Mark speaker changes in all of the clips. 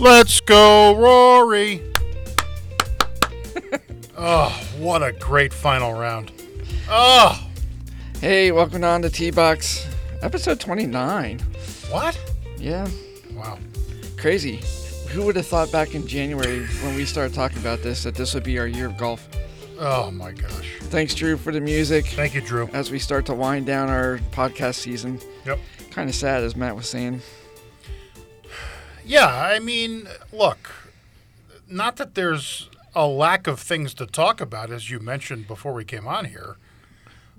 Speaker 1: Let's go, Rory. oh, what a great final round. Oh,
Speaker 2: Hey, welcome on to T Box, episode 29.
Speaker 1: what?
Speaker 2: Yeah,
Speaker 1: Wow.
Speaker 2: crazy. Who would have thought back in January when we started talking about this that this would be our year of golf?
Speaker 1: Oh my gosh.
Speaker 2: Thanks, Drew, for the music
Speaker 1: Thank you, Drew.
Speaker 2: as we start to wind down our podcast season.
Speaker 1: Yep.
Speaker 2: Kind of sad, as Matt was saying.
Speaker 1: Yeah, I mean, look, not that there's a lack of things to talk about, as you mentioned before we came on here.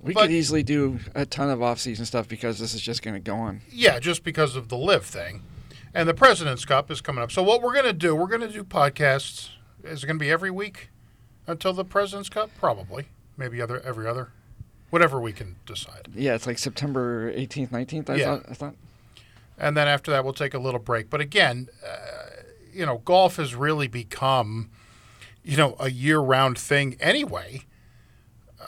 Speaker 2: We
Speaker 1: But-
Speaker 2: could easily do a ton of off-season stuff because this is just going to go on.
Speaker 1: Yeah, just because of the live thing. And the President's Cup is coming up. So what we're going to do, we're going to do podcasts. Is it going to be every week until the President's Cup? Probably. Maybe other every other. Whatever we can decide.
Speaker 2: Yeah, it's like September 18th, 19th. I
Speaker 1: Yeah.
Speaker 2: thought. I thought.
Speaker 1: And then after that, we'll take a little break. But again, uh, you know, golf has really become, you know, a year-round thing anyway,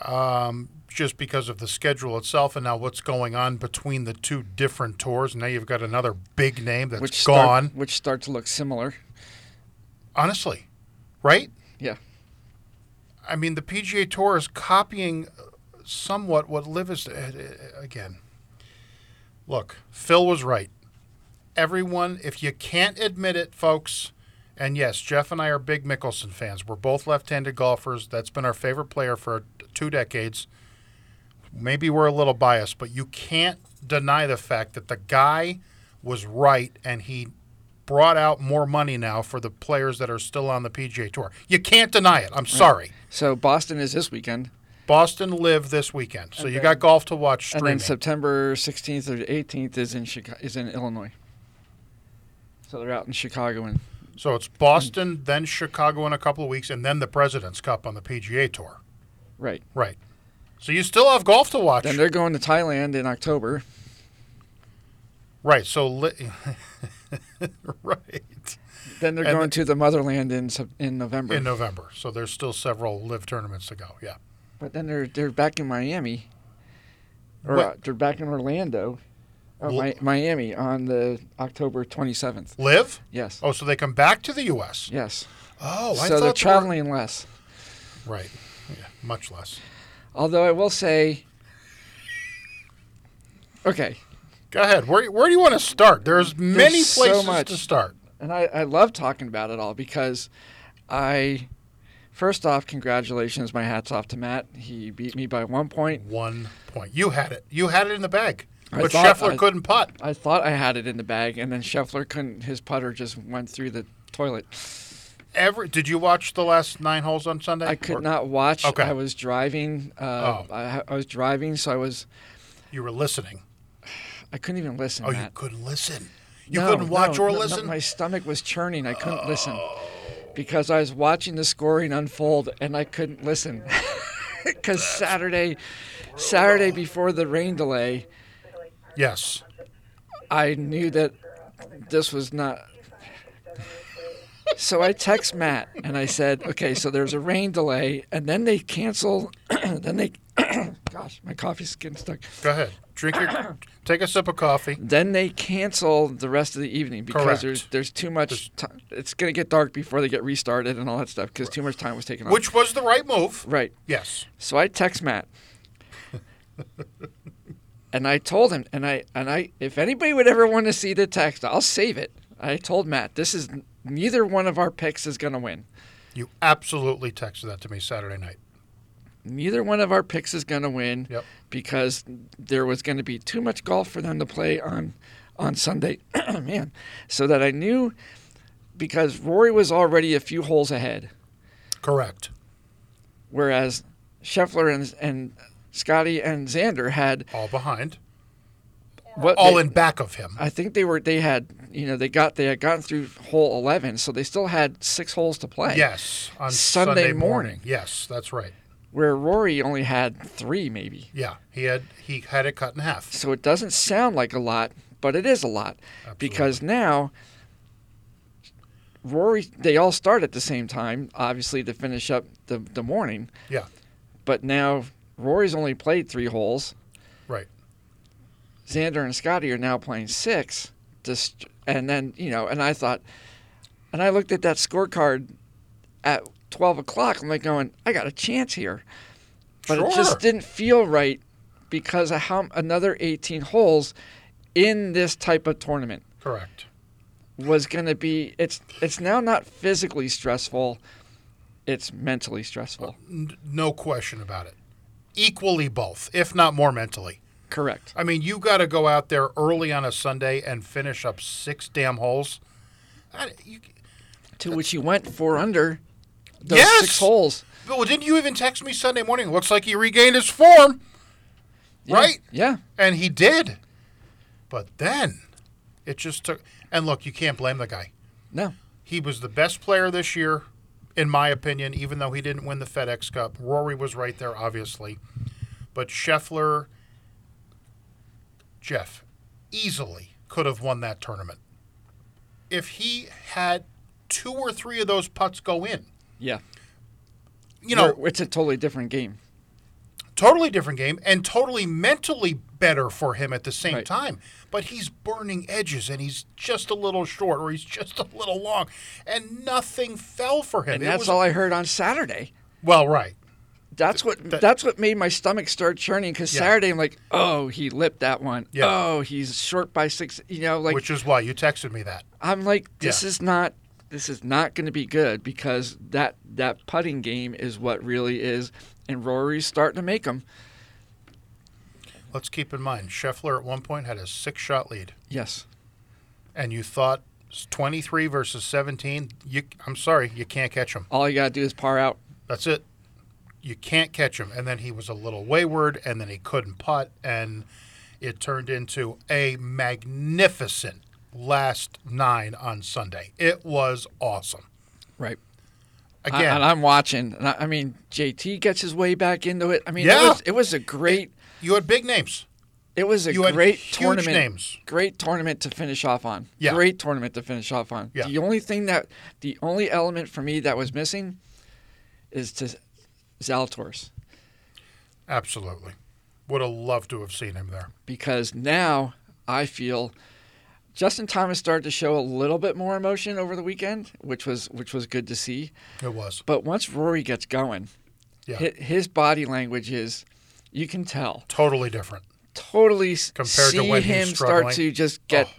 Speaker 1: um, just because of the schedule itself and now what's going on between the two different tours. Now you've got another big name that's
Speaker 2: Which
Speaker 1: gone.
Speaker 2: Start, which start to look similar.
Speaker 1: honestly, right?
Speaker 2: Yeah.
Speaker 1: I mean, the PGA Tour is copying somewhat what Live is uh, again. Look, Phil was right. Everyone, if you can't admit it, folks, and yes, Jeff and I are big Mickelson fans. We're both left-handed golfers. That's been our favorite player for two decades. Maybe we're a little biased, but you can't deny the fact that the guy was right and he brought out more money now for the players that are still on the PGA Tour. You can't deny it. I'm sorry.
Speaker 2: So Boston is this weekend,
Speaker 1: Boston Live this weekend. So you got golf to watch
Speaker 2: and
Speaker 1: streaming.
Speaker 2: then September 16th or 18th is in Chicago, is in Illinois. So they're out in Chicago and
Speaker 1: so it's Boston, then Chicago in a couple of weeks, and then the President's Cup on the PGA Tour.
Speaker 2: right.
Speaker 1: Right. So you still have golf to watch.
Speaker 2: Then they're going to Thailand in October.
Speaker 1: right. So li- right
Speaker 2: Then they're
Speaker 1: And
Speaker 2: going to the motherland in Sep- in November.
Speaker 1: in November. So there's still several Live tournaments to go. Yeah.
Speaker 2: but then they're they're back in Miami, or
Speaker 1: What-
Speaker 2: uh, they're back in Orlando, uh,
Speaker 1: Well-
Speaker 2: Mi- Miami on the October 27th.
Speaker 1: Live.
Speaker 2: Yes.
Speaker 1: Oh, so they come back to the U.S.
Speaker 2: Yes.
Speaker 1: Oh, I
Speaker 2: so
Speaker 1: thought
Speaker 2: they're
Speaker 1: they were-
Speaker 2: traveling less.
Speaker 1: Right. Yeah, much less.
Speaker 2: Although I will say, okay,
Speaker 1: Go ahead. Where, where do you want to start? There's many
Speaker 2: so
Speaker 1: places
Speaker 2: much.
Speaker 1: to start.
Speaker 2: and I, I love talking about it all because I, first off, congratulations. My hat's off to Matt. He beat me by one point.
Speaker 1: One point. You had it. You had it in the bag.
Speaker 2: I
Speaker 1: but
Speaker 2: thought
Speaker 1: Scheffler
Speaker 2: I-
Speaker 1: couldn't putt.
Speaker 2: I thought I had it in the bag, and then Scheffler couldn't. His putter just went through the toilet.
Speaker 1: Ever did you watch the last nine holes on Sunday?
Speaker 2: I could
Speaker 1: Or
Speaker 2: not watch.
Speaker 1: Okay.
Speaker 2: I was driving. Uh,
Speaker 1: Oh.
Speaker 2: I, I was driving, so I was.
Speaker 1: You were listening.
Speaker 2: I couldn't even listen.
Speaker 1: Oh, you
Speaker 2: Matt.
Speaker 1: couldn't listen. You
Speaker 2: No,
Speaker 1: couldn't watch
Speaker 2: no,
Speaker 1: or
Speaker 2: no, no,
Speaker 1: listen.
Speaker 2: my stomach was churning. I couldn't listen because I was watching the scoring unfold and I couldn't listen. Because Saturday, Saturday before the rain delay,
Speaker 1: yes.
Speaker 2: I knew that this was not. So I text Matt and I said, "Okay, so there's a rain delay, and then they cancel. then they, gosh, my coffee's getting stuck.
Speaker 1: Go ahead. Drink your. take a sip of coffee.
Speaker 2: Then they cancel the rest of the evening because
Speaker 1: Correct.
Speaker 2: there's there's too much. ti it's gonna get dark before they get restarted and all that stuff because too much time was taken off.
Speaker 1: Which was the right move?
Speaker 2: right.
Speaker 1: Yes.
Speaker 2: So I text Matt. and I told him and I and I if anybody would ever want to see the text, I'll save it. I told Matt, this is neither one of our picks is going to win.
Speaker 1: You absolutely texted that to me Saturday night.
Speaker 2: Neither one of our picks is going to win
Speaker 1: Yep.
Speaker 2: because there was going to be too much golf for them to play on on Sunday. Man, so that I knew because Rory was already a few holes ahead.
Speaker 1: Correct.
Speaker 2: whereas Scheffler and, and Scotty and Xander had
Speaker 1: All behind.
Speaker 2: what
Speaker 1: All
Speaker 2: they-
Speaker 1: in back of him.
Speaker 2: I think they were they had you know they got they had gotten through hole eleven, so they still had six holes to play.
Speaker 1: Yes. On
Speaker 2: Sunday
Speaker 1: Sunday
Speaker 2: morning.
Speaker 1: morning. Yes, that's right.
Speaker 2: Where Rory only had three maybe.
Speaker 1: Yeah, he had he had it cut in half.
Speaker 2: So it doesn't sound like a lot, but it is a lot because now Rory they all start at the same time, obviously to finish up the, the morning.
Speaker 1: Yeah.
Speaker 2: But now Rory's only played three holes.
Speaker 1: Right.
Speaker 2: Xander and Scotty are now playing six. Just and then you know, and I thought, And I looked at that scorecard at 12 o'clock. I'm like, going, I got a chance here. But it
Speaker 1: Sure.
Speaker 2: just didn't feel right because of how another 18 holes in this type of tournament
Speaker 1: Correct.
Speaker 2: was going to be it's it's now not physically stressful it's mentally stressful
Speaker 1: N- no question about it. Equally both, if not more mentally.
Speaker 2: correct
Speaker 1: I mean, you got to go out there early on a Sunday and finish up six damn holes. I, you,
Speaker 2: to which you went four under those
Speaker 1: Yes!
Speaker 2: six holes
Speaker 1: Bill, didn't you even text me Sunday morning? Looks like he regained his form,
Speaker 2: Yeah,
Speaker 1: right?
Speaker 2: yeah
Speaker 1: And he did. But then it just took. And look, you can't blame the guy.
Speaker 2: no
Speaker 1: He was the best player this year, in my opinion, even though he didn't win the FedEx Cup. Rory was right there, obviously. But Scheffler, Jeff, easily could have won that tournament. If he had two or three of those putts go in,
Speaker 2: yeah
Speaker 1: you know,
Speaker 2: We're- it's a totally different game
Speaker 1: totally different game and totally mentally better for him at the same
Speaker 2: Right.
Speaker 1: time. But he's burning edges and he's just a little short or he's just a little long and nothing fell for him.
Speaker 2: and
Speaker 1: It
Speaker 2: that's
Speaker 1: was-
Speaker 2: all i heard on saturday
Speaker 1: Well, right.
Speaker 2: that's what that's what made my stomach start churning because
Speaker 1: Yeah.
Speaker 2: saturday i'm like oh he lipped that one.
Speaker 1: Yeah.
Speaker 2: Oh, he's short by six you know like
Speaker 1: Which is why you texted me that.
Speaker 2: I'm like, this
Speaker 1: Yeah.
Speaker 2: is not this is not going to be good because that that putting game is what really is, and Rory's starting to make them.
Speaker 1: Let's keep in mind, Scheffler at one point had a six shot lead.
Speaker 2: Yes,
Speaker 1: And you thought 23 versus 17, you, I'm sorry, you can't catch him.
Speaker 2: all you got to do is par out.
Speaker 1: That's it. You can't catch him. And then he was a little wayward, and then he couldn't putt, and it turned into a magnificent last nine on Sunday. It was awesome.
Speaker 2: Right. I,
Speaker 1: Again,
Speaker 2: and I'm watching. And I, I mean, JT gets his way back into it. I mean,
Speaker 1: Yeah.
Speaker 2: it, was, it was a great.
Speaker 1: you had big names.
Speaker 2: It was a
Speaker 1: You had
Speaker 2: great
Speaker 1: huge
Speaker 2: tournament.
Speaker 1: names.
Speaker 2: Great tournament to finish off on.
Speaker 1: Yeah.
Speaker 2: Great tournament to finish off on.
Speaker 1: Yeah.
Speaker 2: The only thing that, the only element for me that was missing, is to Zalatoris.
Speaker 1: Absolutely. Would have loved to have seen him there.
Speaker 2: because now I feel Justin Thomas started to show a little bit more emotion over the weekend, which was which was good to see.
Speaker 1: It was.
Speaker 2: But once Rory gets going,
Speaker 1: Yeah.
Speaker 2: hi- his body language is you can tell
Speaker 1: Totally different.
Speaker 2: totally s-
Speaker 1: Compared
Speaker 2: see
Speaker 1: to when he's
Speaker 2: him start
Speaker 1: struggling. Oh.
Speaker 2: to just get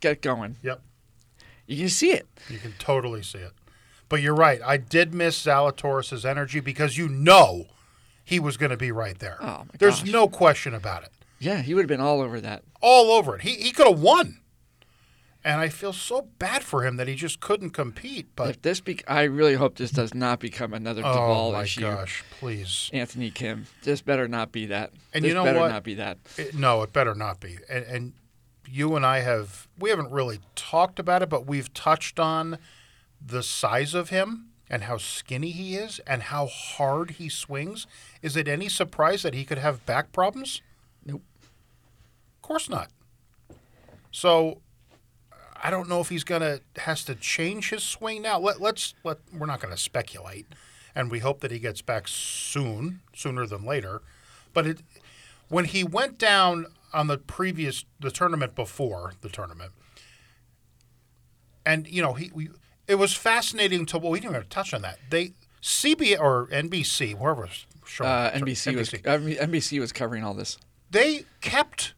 Speaker 2: get going.
Speaker 1: Yep.
Speaker 2: You can see it.
Speaker 1: You can totally see it. But you're right. I did miss Zalatoris' energy because you know he was going to be right there.
Speaker 2: Oh, my
Speaker 1: There's
Speaker 2: gosh.
Speaker 1: no question about it.
Speaker 2: Yeah, he would have been all over that.
Speaker 1: all over it. He he could have won. And I feel so bad for him that he just couldn't compete. But
Speaker 2: If this, be- I really hope this does not become another
Speaker 1: oh
Speaker 2: Duvall
Speaker 1: my
Speaker 2: issue.
Speaker 1: gosh, please!
Speaker 2: Anthony Kim, this better not be that.
Speaker 1: And
Speaker 2: this
Speaker 1: you know
Speaker 2: better
Speaker 1: what?
Speaker 2: not be that.
Speaker 1: It- no, it better not be. And, and you and I have we haven't really talked about it, but we've touched on the size of him and how skinny he is and how hard he swings. Is it any surprise that he could have back problems?
Speaker 2: Nope.
Speaker 1: Of course not. So I don't know if he's gonna has to change his swing now. Let let's let we're not gonna speculate, and we hope that he gets back soon, sooner than later. But it when he went down on the previous the tournament before the tournament, and you know he we, it was fascinating to well we didn't even touch on that they CB or NBC wherever it's showing,
Speaker 2: Uh,
Speaker 1: Oh, sorry,
Speaker 2: NBC was NBC was covering all this.
Speaker 1: they kept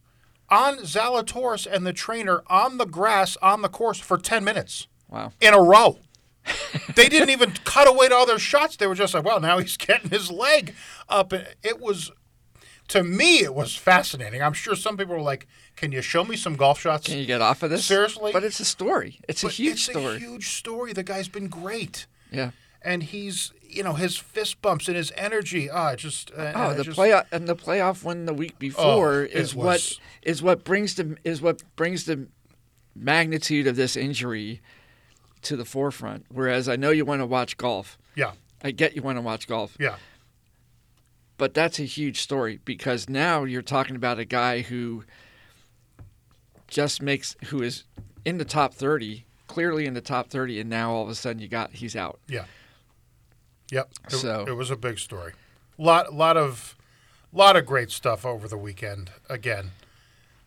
Speaker 1: on Zalatoris and the trainer on the grass on the course for 10 minutes
Speaker 2: Wow.
Speaker 1: in a row. they didn't even cut away to other shots. They were just like, well, now he's getting his leg up. It was, to me, it was fascinating. I'm sure some people were like, can you show me some golf shots?
Speaker 2: Can you get off of this?
Speaker 1: Seriously?
Speaker 2: But it's a story. It's a
Speaker 1: But
Speaker 2: huge
Speaker 1: it's
Speaker 2: story.
Speaker 1: a huge story. The guy's been great.
Speaker 2: yeah.
Speaker 1: And he's, you know, his fist bumps and his energy. Ah, it just. Uh,
Speaker 2: Oh,
Speaker 1: it
Speaker 2: the
Speaker 1: just, Oh,
Speaker 2: playoff and the playoff win the week before
Speaker 1: it
Speaker 2: is
Speaker 1: was-
Speaker 2: what is what brings the is what brings the magnitude of this injury to the forefront. Whereas I know you want to watch golf.
Speaker 1: Yeah,
Speaker 2: I get you want to watch golf,
Speaker 1: yeah,
Speaker 2: but that's a huge story because now you're talking about a guy who just makes who is in the top 30, clearly in the top 30 and now all of a sudden you got he's out.
Speaker 1: yeah. Yep. It,
Speaker 2: So-
Speaker 1: it was a big story. Lot, lot of, lot of great stuff over the weekend. Again,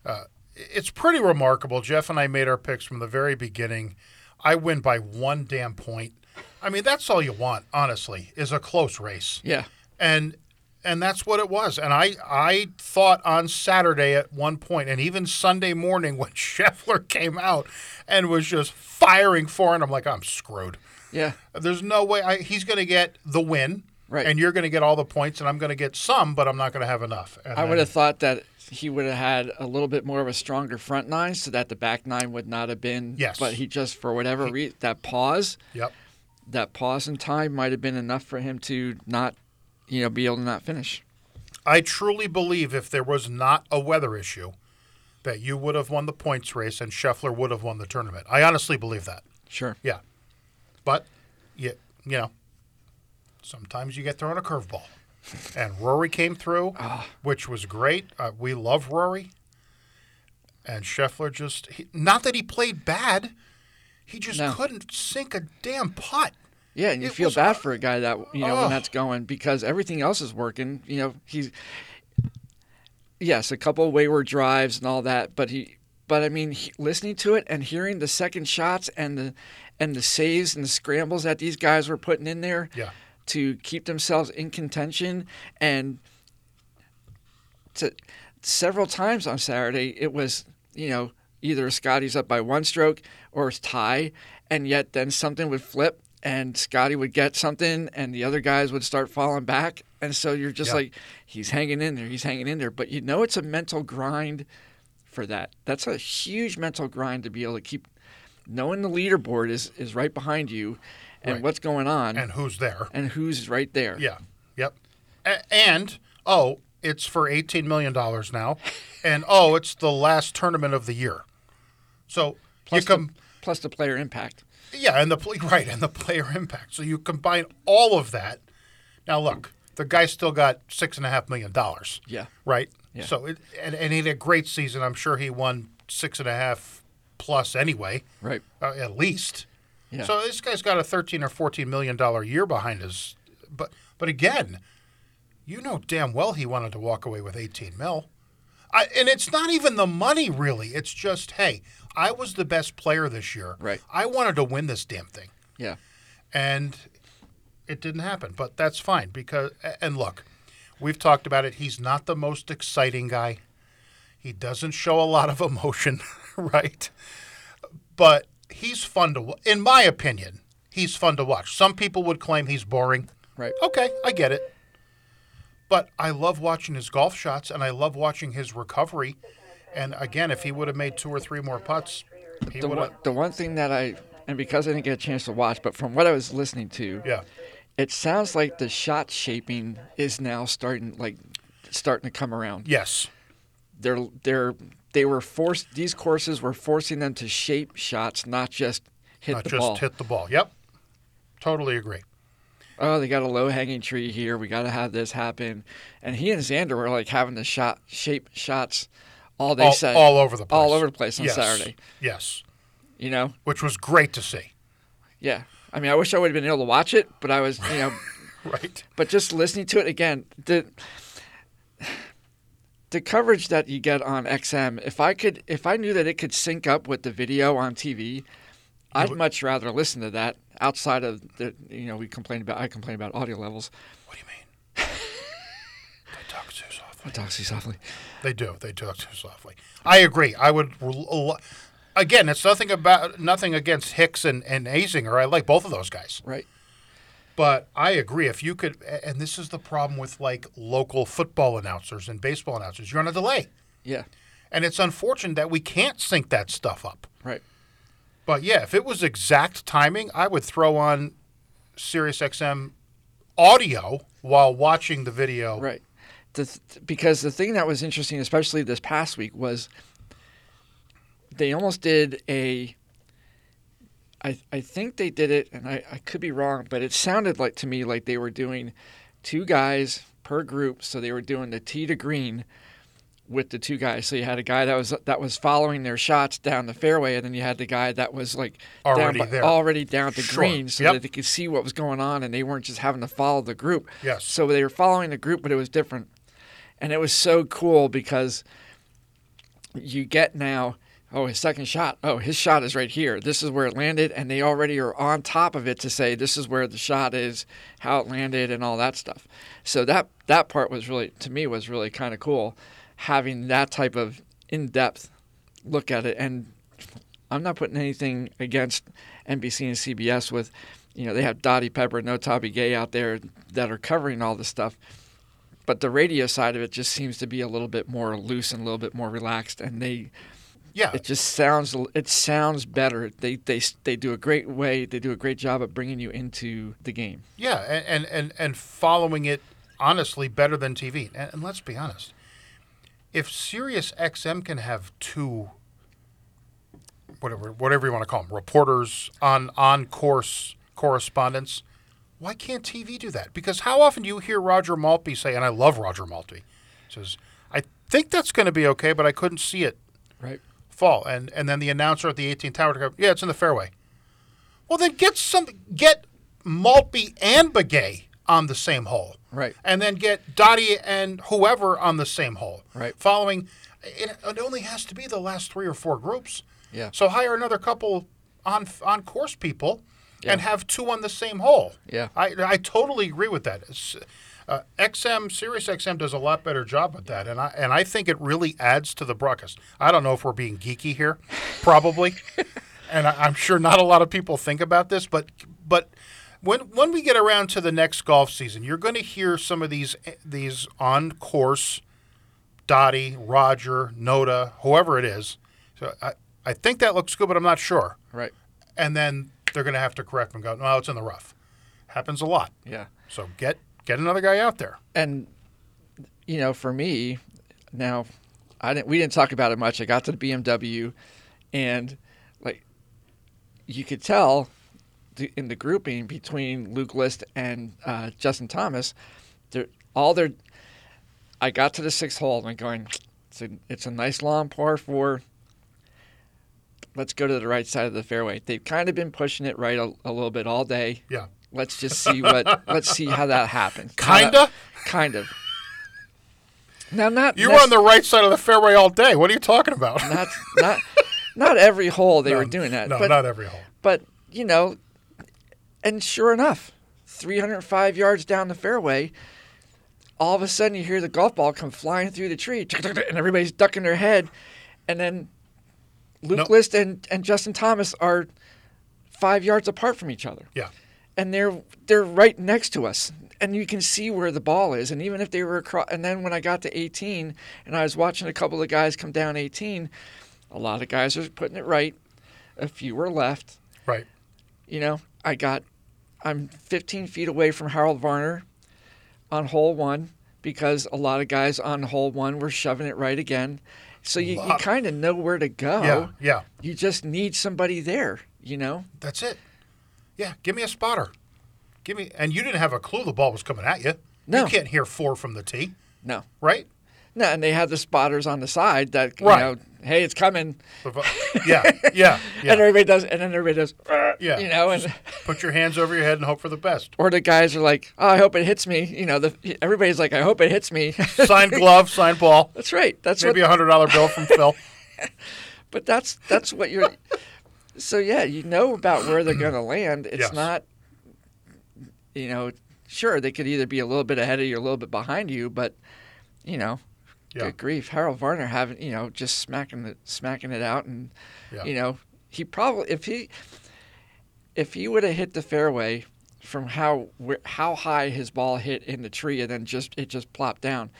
Speaker 1: uh, it's pretty remarkable. Jeff and I made our picks from the very beginning. I win by one damn point. I mean, that's all you want, honestly, is a close race.
Speaker 2: Yeah.
Speaker 1: and and that's what it was. And I I thought on Saturday at one point, and even Sunday morning when Scheffler came out and was just firing for it, I'm like, I'm screwed.
Speaker 2: Yeah.
Speaker 1: There's no way I, he's going to get the win,
Speaker 2: Right.
Speaker 1: And you're going to get all the points, and I'm going to get some, but I'm not going to have enough. And
Speaker 2: I
Speaker 1: then-
Speaker 2: would have thought that he would have had a little bit more of a stronger front nine so that the back nine would not have been.
Speaker 1: Yes.
Speaker 2: But he just, for whatever reason, that pause,
Speaker 1: Yep.
Speaker 2: that pause in time might have been enough for him to not, you know, be able to not finish.
Speaker 1: I truly believe if there was not a weather issue, that you would have won the points race and Scheffler would have won the tournament. I honestly believe that.
Speaker 2: Sure.
Speaker 1: Yeah. But you, you know, sometimes you get thrown a curveball. And Rory came through,
Speaker 2: Ah.
Speaker 1: which was great. Uh, we love Rory. And Scheffler just, he, not that he played bad, he just
Speaker 2: No.
Speaker 1: couldn't sink a damn putt.
Speaker 2: Yeah, and you
Speaker 1: It
Speaker 2: feel
Speaker 1: was-
Speaker 2: bad for a guy that you know
Speaker 1: Ugh.
Speaker 2: when that's going because everything else is working. You know, he's yes, a couple of wayward drives and all that, but he, but I mean, he, listening to it and hearing the second shots and the and the saves and the scrambles that these guys were putting in there
Speaker 1: Yeah.
Speaker 2: to keep themselves in contention and to several times on Saturday it was you know either Scotty's up by one stroke or it's tie and yet then something would flip and Scotty would get something and the other guys would start falling back and so you're just
Speaker 1: Yeah.
Speaker 2: like he's hanging in there he's hanging in there but you know it's a mental grind for that that's a huge mental grind to be able to keep knowing the leaderboard is is right behind you and
Speaker 1: Right.
Speaker 2: what's going on
Speaker 1: And who's there?
Speaker 2: and who's right there.
Speaker 1: Yeah. Yep. A- and oh, it's for eighteen million dollars now, and oh, it's the last tournament of the year. So
Speaker 2: Plus
Speaker 1: you come,
Speaker 2: the, plus the player impact.
Speaker 1: yeah, and the pl- right and the player impact. So you combine all of that. Now look, the guy still got six and a half million dollars.
Speaker 2: Yeah.
Speaker 1: Right.
Speaker 2: Yeah.
Speaker 1: So it, and and he had a great season. I'm sure he won six and a half plus anyway,
Speaker 2: Right.
Speaker 1: uh, at least.
Speaker 2: Yeah.
Speaker 1: So this guy's got a thirteen or fourteen million dollar year behind his, but but again, you know damn well he wanted to walk away with eighteen mil, I, and it's not even the money really. It's just hey, I was the best player this year.
Speaker 2: Right.
Speaker 1: I wanted to win this damn thing,
Speaker 2: yeah.
Speaker 1: and it didn't happen. But that's fine because a- and look, we've talked about it. He's not the most exciting guy. He doesn't show a lot of emotion, right? But he's fun to, wa- in my opinion, he's fun to watch. Some people would claim he's boring.
Speaker 2: Right.
Speaker 1: Okay, I get it. But I love watching his golf shots and I love watching his recovery. And again, if he would have made two or three more putts, he
Speaker 2: The
Speaker 1: would
Speaker 2: one,
Speaker 1: have.
Speaker 2: the one thing that I and because I didn't get a chance to watch, but from what I was listening to,
Speaker 1: Yeah.
Speaker 2: it sounds like the shot shaping is now starting like starting to come around.
Speaker 1: Yes.
Speaker 2: They're they're they were forced these courses were forcing them to shape shots, not just hit
Speaker 1: Not
Speaker 2: the
Speaker 1: just
Speaker 2: ball.
Speaker 1: hit the ball. Yep. Totally agree.
Speaker 2: oh, they got a low hanging tree here. We got to have this happen. And he and Xander were like having the shot shape shots all day
Speaker 1: All,
Speaker 2: Sat-
Speaker 1: all over the place.
Speaker 2: all over the place on
Speaker 1: Yes.
Speaker 2: Saturday.
Speaker 1: Yes.
Speaker 2: You know,
Speaker 1: Which was great to see.
Speaker 2: yeah. I mean, I wish I would have been able to watch it, but I was, you know,
Speaker 1: Right.
Speaker 2: but just listening to it again, the the coverage that you get on XM. If I could, if I knew that it could sync up with the video on TV, I'd much rather listen to that. Outside of the, you know, we complain about. I complain about audio levels.
Speaker 1: What do you mean? they talk too softly.
Speaker 2: Doxy softly.
Speaker 1: They do. They talk too softly. I agree. I would. rel- al- Again, it's nothing about nothing against Hicks and and Azinger. I like both of those guys,
Speaker 2: Right.
Speaker 1: but I agree. If you could, a- and this is the problem with like local football announcers and baseball announcers, you're on a delay,
Speaker 2: Yeah.
Speaker 1: and it's unfortunate that we can't sync that stuff up.
Speaker 2: Right.
Speaker 1: But yeah, if it was exact timing, I would throw on SiriusXM audio while watching the video.
Speaker 2: Right. The th- because the thing that was interesting, especially this past week, was they almost did a. I, I think they did it, and I, I could be wrong, but it sounded like to me like they were doing two guys per group. So they were doing the tee to green with the two guys. So you had a guy that was that was following their shots down the fairway, and then you had the guy that was like down
Speaker 1: Already
Speaker 2: by-
Speaker 1: there.
Speaker 2: already down at the
Speaker 1: Sure.
Speaker 2: green, so
Speaker 1: Yep.
Speaker 2: that they could see what was going on, and they weren't just having to follow the group.
Speaker 1: Yes.
Speaker 2: So they were following the group, but it was different. And it was so cool because you get now oh, his second shot. Oh, his shot is right here. This is where it landed. And they already are on top of it to say this is where the shot is, how it landed, and all that stuff. So that that part was really to me was really kind of cool, having that type of in depth look at it. And I'm not putting anything against NBC and CBS with, you know, they have Dottie Pepper, No Toby Gay out there that are covering all this stuff but the radio side of it just seems to be a little bit more loose and a little bit more relaxed and they
Speaker 1: Yeah.
Speaker 2: it just sounds it sounds better they they they do a great way they do a great job of bringing you into the game
Speaker 1: Yeah, and and and, and following it honestly better than TV. And, and let's be honest, if Sirius XM can have two, whatever whatever you want to call them, reporters on on course correspondents, why can't TV do that? Because how often do you hear Roger Maltby say, and I love Roger Maltby, says, "I think that's going to be okay, but I couldn't see it
Speaker 2: right
Speaker 1: fall. And and then the announcer at the 18th tower to go, yeah, it's in the fairway. Well, then get some get Maltby and Begay on the same hole.
Speaker 2: Right.
Speaker 1: And then get Dottie and whoever on the same hole.
Speaker 2: Right.
Speaker 1: Following, it, it only has to be the last three or four groups.
Speaker 2: Yeah.
Speaker 1: So hire another couple on on course people. And
Speaker 2: Yeah.
Speaker 1: have two on the same hole.
Speaker 2: Yeah.
Speaker 1: I, I totally agree with that. It's, uh, XM Sirius XM does a lot better job with that, and I and I think it really adds to the broadcast. I don't know if we're being geeky here, probably, and I, I'm sure not a lot of people think about this, but but when when we get around to the next golf season, you're going to hear some of these these on course, Dottie, Roger, Noda, whoever it is. So I I think that looks good, but I'm not sure.
Speaker 2: right
Speaker 1: And then they're going to have to correct and go, no, it's in the rough. Happens a lot.
Speaker 2: yeah
Speaker 1: So get get another guy out there.
Speaker 2: and you know for me now i didn't we didn't talk about it much i got to the bmw and like you could tell the- in the grouping between luke list and uh, justin thomas they're all their i got to the sixth hole and i'm going it's a, it's a nice long par four let's go to the right side of the fairway they've kind of been pushing it right a, a little bit all day
Speaker 1: Yeah.
Speaker 2: let's just see what let's see how that happens
Speaker 1: Kinda?
Speaker 2: kind of. Now, not
Speaker 1: You were on the right side of the fairway all day. What are you talking about?
Speaker 2: not not not every hole they were doing that,
Speaker 1: No,
Speaker 2: but
Speaker 1: not every hole.
Speaker 2: but you know, and sure enough, 305 yards down the fairway, all of a sudden you hear the golf ball come flying through the tree, and everybody's ducking their head, and then Luke
Speaker 1: No.
Speaker 2: List and and Justin Thomas are five yards apart from each other.
Speaker 1: Yeah.
Speaker 2: and they're they're right next to us and you can see where the ball is and even if they were across and then when i got to 18 and i was watching a couple of guys come down 18 a lot of guys are putting it right a few were left
Speaker 1: Right.
Speaker 2: you know i got i'm 15 feet away from harold varner on hole one because a lot of guys on hole one were shoving it right again so you, you
Speaker 1: Lot.
Speaker 2: kind of know where to go
Speaker 1: Yeah. Yeah.
Speaker 2: you just need somebody there you know
Speaker 1: That's it. Yeah. Give me a spotter. Give me and you didn't have a clue the ball was coming at you.
Speaker 2: No.
Speaker 1: You can't hear four from the tee,
Speaker 2: no
Speaker 1: right?
Speaker 2: No, and they have the spotters on the side that you
Speaker 1: Right.
Speaker 2: know, hey, it's coming,
Speaker 1: If I- Yeah. Yeah.
Speaker 2: and
Speaker 1: Yeah.
Speaker 2: everybody does, and then everybody does, "Arr,"
Speaker 1: Yeah.
Speaker 2: you know, and
Speaker 1: Put your hands over your head and hope for the best.
Speaker 2: or the guys are like, oh, I hope it hits me, you know, the everybody's like, I hope it hits me.
Speaker 1: Sign glove, sign ball.
Speaker 2: that's right. That's
Speaker 1: Maybe
Speaker 2: what,
Speaker 1: a hundred dollar bill from Phil.
Speaker 2: but that's that's what you're. so yeah, you know about where they're gonna land. It's
Speaker 1: Yes.
Speaker 2: not, you know, sure they could either be a little bit ahead of you, or a little bit behind you, but you know,
Speaker 1: Yeah.
Speaker 2: good grief, Harold Varner having you know just smacking the smacking it out, and
Speaker 1: Yeah.
Speaker 2: you know he probably if he if he would have hit the fairway from how where, how high his ball hit in the tree and then just it just plopped down,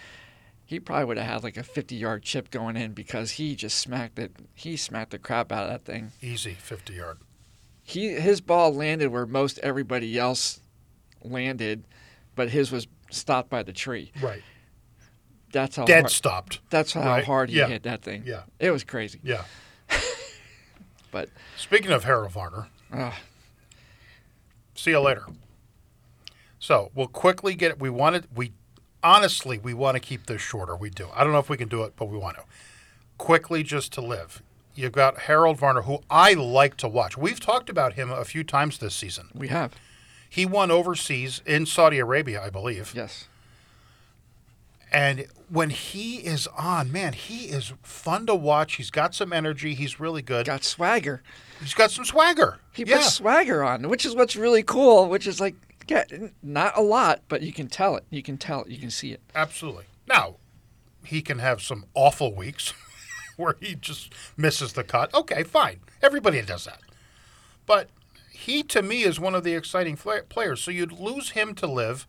Speaker 2: he probably would have had like a fifty yard chip going in because he just smacked it. He smacked the crap out of that thing.
Speaker 1: Easy, fifty yard.
Speaker 2: He his ball landed where most everybody else landed, but his was stopped by the tree.
Speaker 1: Right.
Speaker 2: That's how
Speaker 1: Dead
Speaker 2: hard-
Speaker 1: stopped.
Speaker 2: that's how
Speaker 1: Right.
Speaker 2: hard he
Speaker 1: Yeah.
Speaker 2: hit that thing.
Speaker 1: Yeah.
Speaker 2: It was crazy.
Speaker 1: Yeah.
Speaker 2: But
Speaker 1: Speaking of Harold Varner,
Speaker 2: uh,
Speaker 1: See you later. So we'll quickly get. We want to. We honestly, we want to keep this shorter. We do. I don't know if we can do it, but we want to quickly just to live. You've got Harold Varner, who I like to watch. We've talked about him a few times this season.
Speaker 2: we have
Speaker 1: He won overseas in Saudi Arabia, I believe,
Speaker 2: yes,
Speaker 1: And when he is on, man, he is fun to watch. He's got some energy. He's really good.
Speaker 2: Got swagger.
Speaker 1: He's got some swagger.
Speaker 2: He
Speaker 1: yeah.
Speaker 2: puts swagger on, which is what's really cool. Which is like, yeah, not a lot, but you can tell it. You can tell it. You can see it.
Speaker 1: Absolutely. Now, he can have some awful weeks where he just misses the cut. Okay, fine. Everybody does that. But he, to me, is one of the exciting fla- players. So you'd lose him to live.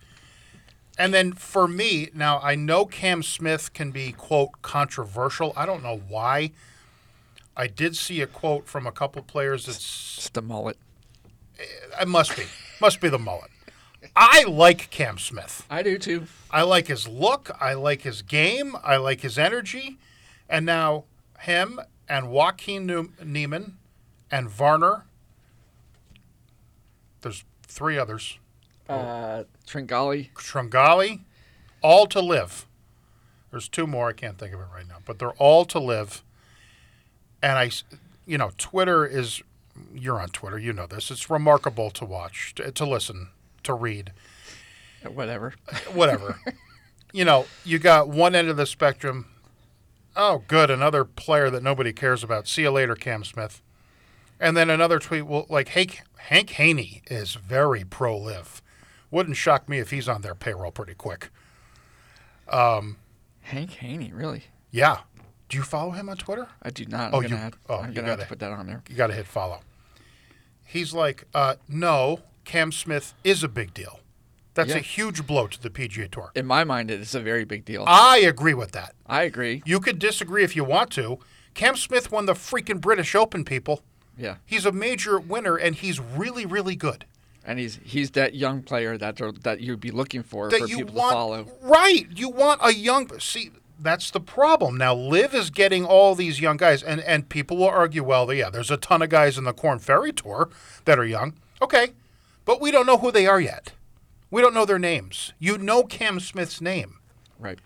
Speaker 1: And then for me, now I know Cam Smith can be, quote, controversial. I don't know why. I did see a quote from a couple players that's
Speaker 2: It's the mullet.
Speaker 1: it must be. Must be the mullet. I like Cam Smith.
Speaker 2: I do too.
Speaker 1: I like his look. I like his game. I like his energy. And now him and Joaquin Neu- Neiman and Varner. There's three others.
Speaker 2: Uh, Tringali.
Speaker 1: Tringali, all to live. There's two more. I can't think of it right now, but they're all to live. And I, s- you know, Twitter is, you're on Twitter, you know this. It's remarkable to watch, to, to listen, to read
Speaker 2: Whatever.
Speaker 1: whatever. you know, you got one end of the spectrum. Oh, good, another player that nobody cares about. See you later, Cam Smith. And then another tweet, well, like Hank, Hank Haney is very pro live. Wouldn't shock me if he's on their payroll pretty quick.
Speaker 2: Hank Haney, really?
Speaker 1: Yeah. Do you follow him on Twitter?
Speaker 2: I do not. I'm
Speaker 1: Oh,
Speaker 2: gonna
Speaker 1: you-
Speaker 2: have,
Speaker 1: oh,
Speaker 2: I'm
Speaker 1: you
Speaker 2: gonna have
Speaker 1: gotta-
Speaker 2: to put that on there.
Speaker 1: You got to hit follow. He's like, uh, no, Cam Smith is a big deal. That's
Speaker 2: Yeah.
Speaker 1: a huge blow to the PGA Tour.
Speaker 2: In my mind, it is a very big deal.
Speaker 1: I agree with that.
Speaker 2: I agree.
Speaker 1: You could disagree if you want to. Cam Smith won the freaking British Open, people.
Speaker 2: Yeah,
Speaker 1: He's a major winner and he's really, really good.
Speaker 2: and he's he's that young player that they're- that you'd be looking for
Speaker 1: That
Speaker 2: for
Speaker 1: you
Speaker 2: people
Speaker 1: want
Speaker 2: to follow.
Speaker 1: right. You want a young see that's the problem. Now Liv is getting all these young guys and, and people will argue, well, yeah, there's a ton of guys in the Corn Ferry tour that are young. Okay. But we don't know who they are yet. We don't know their names. You know Cam Smith's name.
Speaker 2: Right.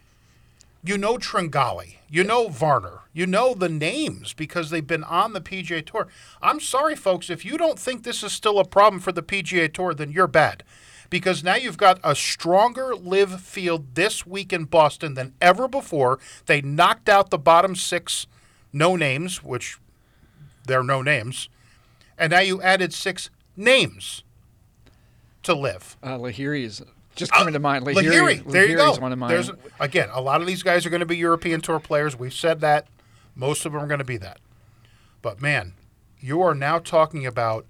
Speaker 1: You know Tringali. You know Varner. You know the names because they've been on the PGA Tour. I'm sorry, folks, if you don't think this is still a problem for the PGA Tour, then you're bad. Because now you've got a stronger live field this week in Boston than ever before. They knocked out the bottom six no names, which they're no names. And now you added six names to live.
Speaker 2: Uh, Lahiri is just coming to mind. Lahiri,
Speaker 1: Uh, Lahiri, there you go.
Speaker 2: Lahiri's one of mine.
Speaker 1: There's again, a lot of these guys are going to be European Tour players. We've said that. Most of them are going to be that. But man, you are now talking about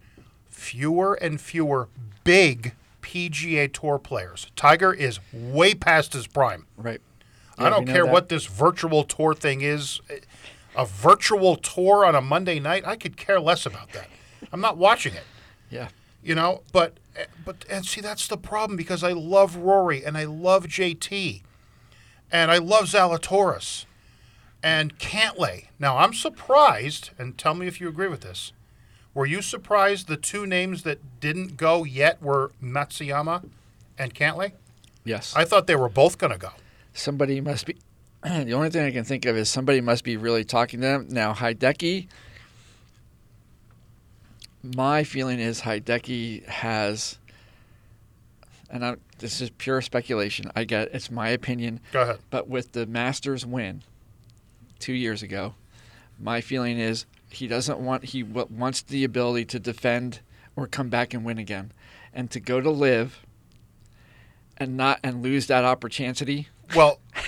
Speaker 1: fewer and fewer big PGA Tour players. Tiger is way past his prime.
Speaker 2: right.
Speaker 1: I
Speaker 2: Yeah,
Speaker 1: don't
Speaker 2: we know
Speaker 1: care
Speaker 2: that.
Speaker 1: what this virtual tour thing is. A virtual tour on a Monday night, I could care less about that. I'm not watching it
Speaker 2: Yeah.
Speaker 1: you know but but and see that's the problem because i love rory and i love jt and i love zalatoris and cantley now i'm surprised and tell me if you agree with this were you surprised the two names that didn't go yet were matsuyama and cantley
Speaker 2: Yes.
Speaker 1: i thought they were both going to go
Speaker 2: somebody must be. the only thing I can think of is somebody must be really talking to them now. Hideki. My feeling is Hideki has, and I, this is pure speculation. I get it's my opinion,
Speaker 1: go ahead
Speaker 2: but with the Masters win two years ago, my feeling is he doesn't want he w- wants the ability to defend or come back and win again, and to go to live and not and lose that opportunity
Speaker 1: well
Speaker 2: as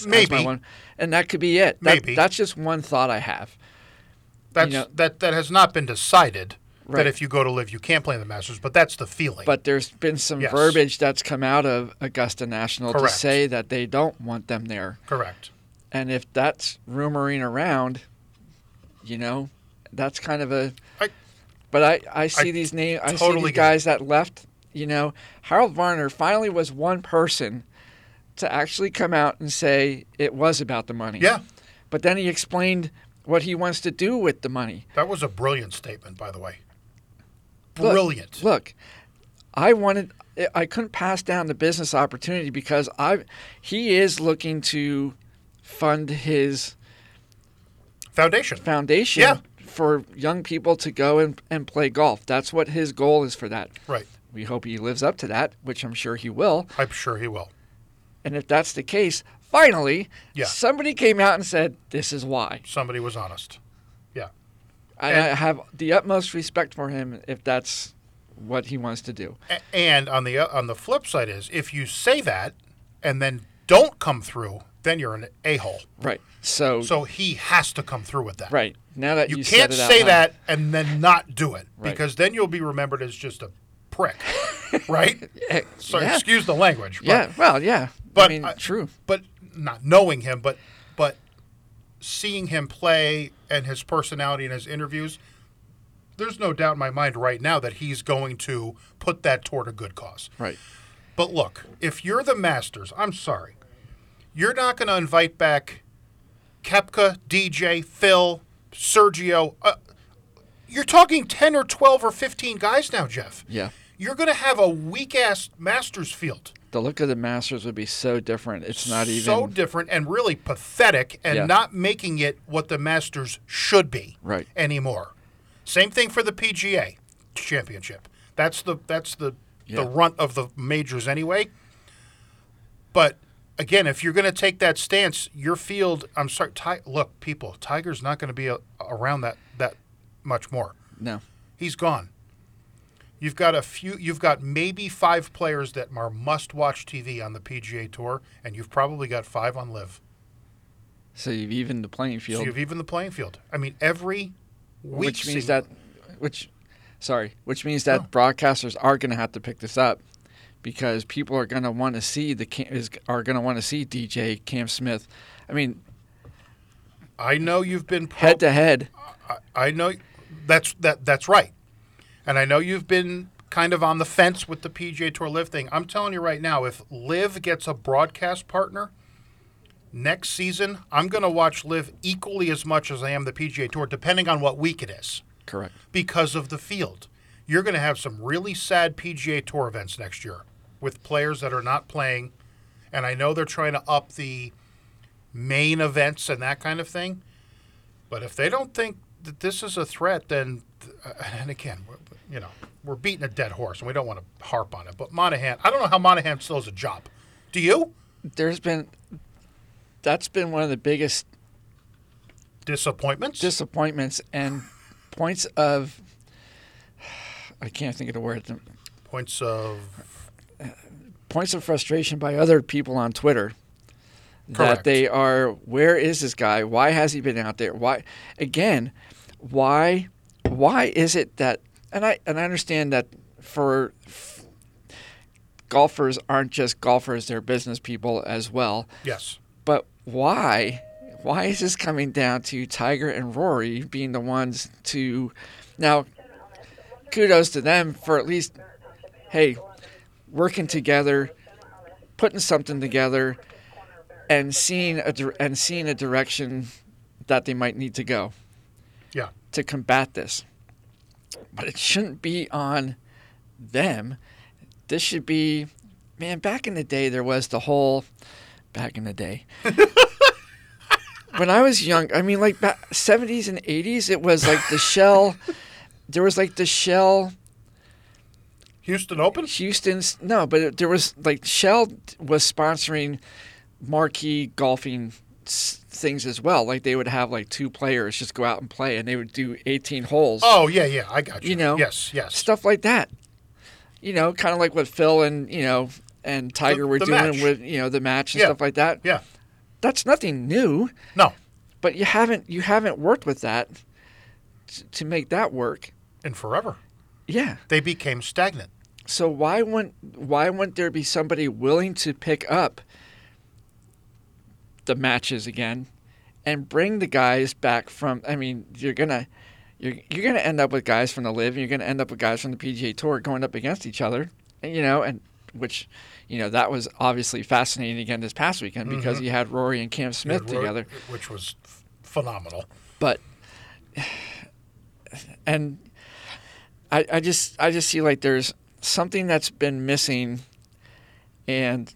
Speaker 2: as my
Speaker 1: Maybe.
Speaker 2: one, and that could be it. That-
Speaker 1: Maybe.
Speaker 2: that's just one thought I have.
Speaker 1: that's
Speaker 2: You know-
Speaker 1: that that has not been decided
Speaker 2: Right.
Speaker 1: that if you go to live you can't play in the masters but that's the feeling
Speaker 2: But there's been some
Speaker 1: Yes.
Speaker 2: verbiage that's come out of Augusta National
Speaker 1: Correct.
Speaker 2: to say that they don't want them there,
Speaker 1: correct
Speaker 2: and if that's rumoring around, you know, that's kind of a.
Speaker 1: I-
Speaker 2: but I I see these names. I see
Speaker 1: totally
Speaker 2: these
Speaker 1: get it.
Speaker 2: guys that left. You know, Harold Varner finally was one person to actually come out and say it was about the money.
Speaker 1: yeah
Speaker 2: But then he explained what he wants to do with the money.
Speaker 1: That was a brilliant statement, by the way.
Speaker 2: Look,
Speaker 1: Brilliant.
Speaker 2: Look, I wanted I couldn't pass down the business opportunity because I he is looking to fund his
Speaker 1: Foundation.
Speaker 2: foundation
Speaker 1: Yeah.
Speaker 2: for young people to go and, and play golf. That's what his goal is for that.
Speaker 1: Right.
Speaker 2: We hope he lives up to that, which I'm sure he will.
Speaker 1: I'm sure he will.
Speaker 2: And if that's the case, finally,
Speaker 1: Yeah.
Speaker 2: somebody came out and said, "This is why."
Speaker 1: Somebody was honest.
Speaker 2: And I have the utmost respect for him if that's what he wants to do.
Speaker 1: A- and on the uh, on the flip side is if you say that and then don't come through, then you're an a hole.
Speaker 2: Right. So,
Speaker 1: So he has to come through with that.
Speaker 2: right now that
Speaker 1: You,
Speaker 2: you,
Speaker 1: can't
Speaker 2: said it out
Speaker 1: say
Speaker 2: loud-
Speaker 1: that and then not do it
Speaker 2: Right.
Speaker 1: because then you'll be remembered as just a prick, right?
Speaker 2: Eh,
Speaker 1: So
Speaker 2: yeah.
Speaker 1: excuse the language. But,
Speaker 2: yeah. Well, yeah. I
Speaker 1: but
Speaker 2: mean,
Speaker 1: I-
Speaker 2: true.
Speaker 1: but not knowing him, but but seeing him play and his personality and his interviews, there's no doubt in my mind right now that he's going to put that toward a good cause.
Speaker 2: Right.
Speaker 1: But look, if you're the Masters, I'm sorry, you're not going to invite back Kepka, DJ, Phil, Sergio. Uh, you're talking 10 or 12 or 15 guys now, Jeff.
Speaker 2: Yeah.
Speaker 1: You're going to have a weak ass Masters field.
Speaker 2: The look of the Masters would be so different. It's not even
Speaker 1: so different and really pathetic and
Speaker 2: Yeah.
Speaker 1: not making it what the Masters should be
Speaker 2: Right.
Speaker 1: anymore. Same thing for the PGA Championship. That's the that's the
Speaker 2: Yeah.
Speaker 1: the runt of the majors anyway. But again, if you're going to take that stance, your field. I'm sorry. Ti- look, people. Tiger's not going to be a, around that that much more.
Speaker 2: no.
Speaker 1: He's gone. You've got a few. You've got maybe five players that are must-watch TV on the PGA Tour, and you've probably got five on Live.
Speaker 2: So you've evened the playing
Speaker 1: So
Speaker 2: field,
Speaker 1: you've even the playing field. I mean, every week.
Speaker 2: which means
Speaker 1: seem-
Speaker 2: that, which, sorry, which means that broadcasters are going to have to pick this up, because people are going to want to see the Cam- is are going to want to see DJ Cam Smith. I mean,
Speaker 1: I know you've been pro-
Speaker 2: head to head,
Speaker 1: I, I know that's that that's right, and I know you've been kind of on the fence with the PGA Tour Live thing. I'm telling you right now, if Live gets a broadcast partner next season, I'm going to watch Live equally as much as I am the PGA Tour, depending on what week it is,
Speaker 2: correct.
Speaker 1: because of the field. You're going to have some really sad PGA Tour events next year with players that are not playing, and I know they're trying to up the main events and that kind of thing. But if they don't think that this is a threat, then uh, and again, we're- you know, we're beating a dead horse, and we don't want to harp on it. But Monahan, I don't know how Monahan still has a job. Do you?
Speaker 2: There's been, that's been one of the biggest
Speaker 1: Disappointments.
Speaker 2: disappointments and points of, I can't think of the word,
Speaker 1: Points of
Speaker 2: points of frustration by other people on Twitter
Speaker 1: Correct.
Speaker 2: that they are where is this guy? Why has he been out there? Why again, why why is it that and I and I understand that for f- golfers aren't just golfers, they're business people as well.
Speaker 1: yes.
Speaker 2: But why why is this coming down to Tiger and Rory being the ones to now kudos to them for at least hey, working together, putting something together and seeing a dir- and seeing a direction that they might need to go
Speaker 1: Yeah.
Speaker 2: to combat this. But it shouldn't be on them. This should be, man, back in the day, there was the whole, back in the day. when I was young, I mean, like ba 70s and 80s, it was like the shell, there was like the shell
Speaker 1: Houston Open.
Speaker 2: Houston's, no, but it- there was like Shell was sponsoring marquee golfing s- things as well. Like they would have like two players just go out and play and they would do 18 holes
Speaker 1: Oh yeah, yeah. I got you.
Speaker 2: You know,
Speaker 1: Yes. Yes.
Speaker 2: stuff like that. You know, kind of like what Phil and you know and Tiger were
Speaker 1: the
Speaker 2: doing
Speaker 1: match.
Speaker 2: with you know the match and
Speaker 1: Yeah.
Speaker 2: stuff like that.
Speaker 1: Yeah.
Speaker 2: That's nothing new,
Speaker 1: No.
Speaker 2: but you haven't you haven't worked with that t- to make that work.
Speaker 1: And forever,
Speaker 2: Yeah.
Speaker 1: they became stagnant.
Speaker 2: So why wouldn't why wouldn't there be somebody willing to pick up the matches again and bring the guys back from? I mean, you're gonna you're you're gonna end up with guys from the live, and you're gonna end up with guys from the PGA Tour going up against each other, and, you know, and which you know that was obviously fascinating again this past weekend because Mm-hmm. you had Rory and Cam Smith
Speaker 1: It wrote-
Speaker 2: together,
Speaker 1: which was f- phenomenal.
Speaker 2: but and I, I just I just see like there's something that's been missing and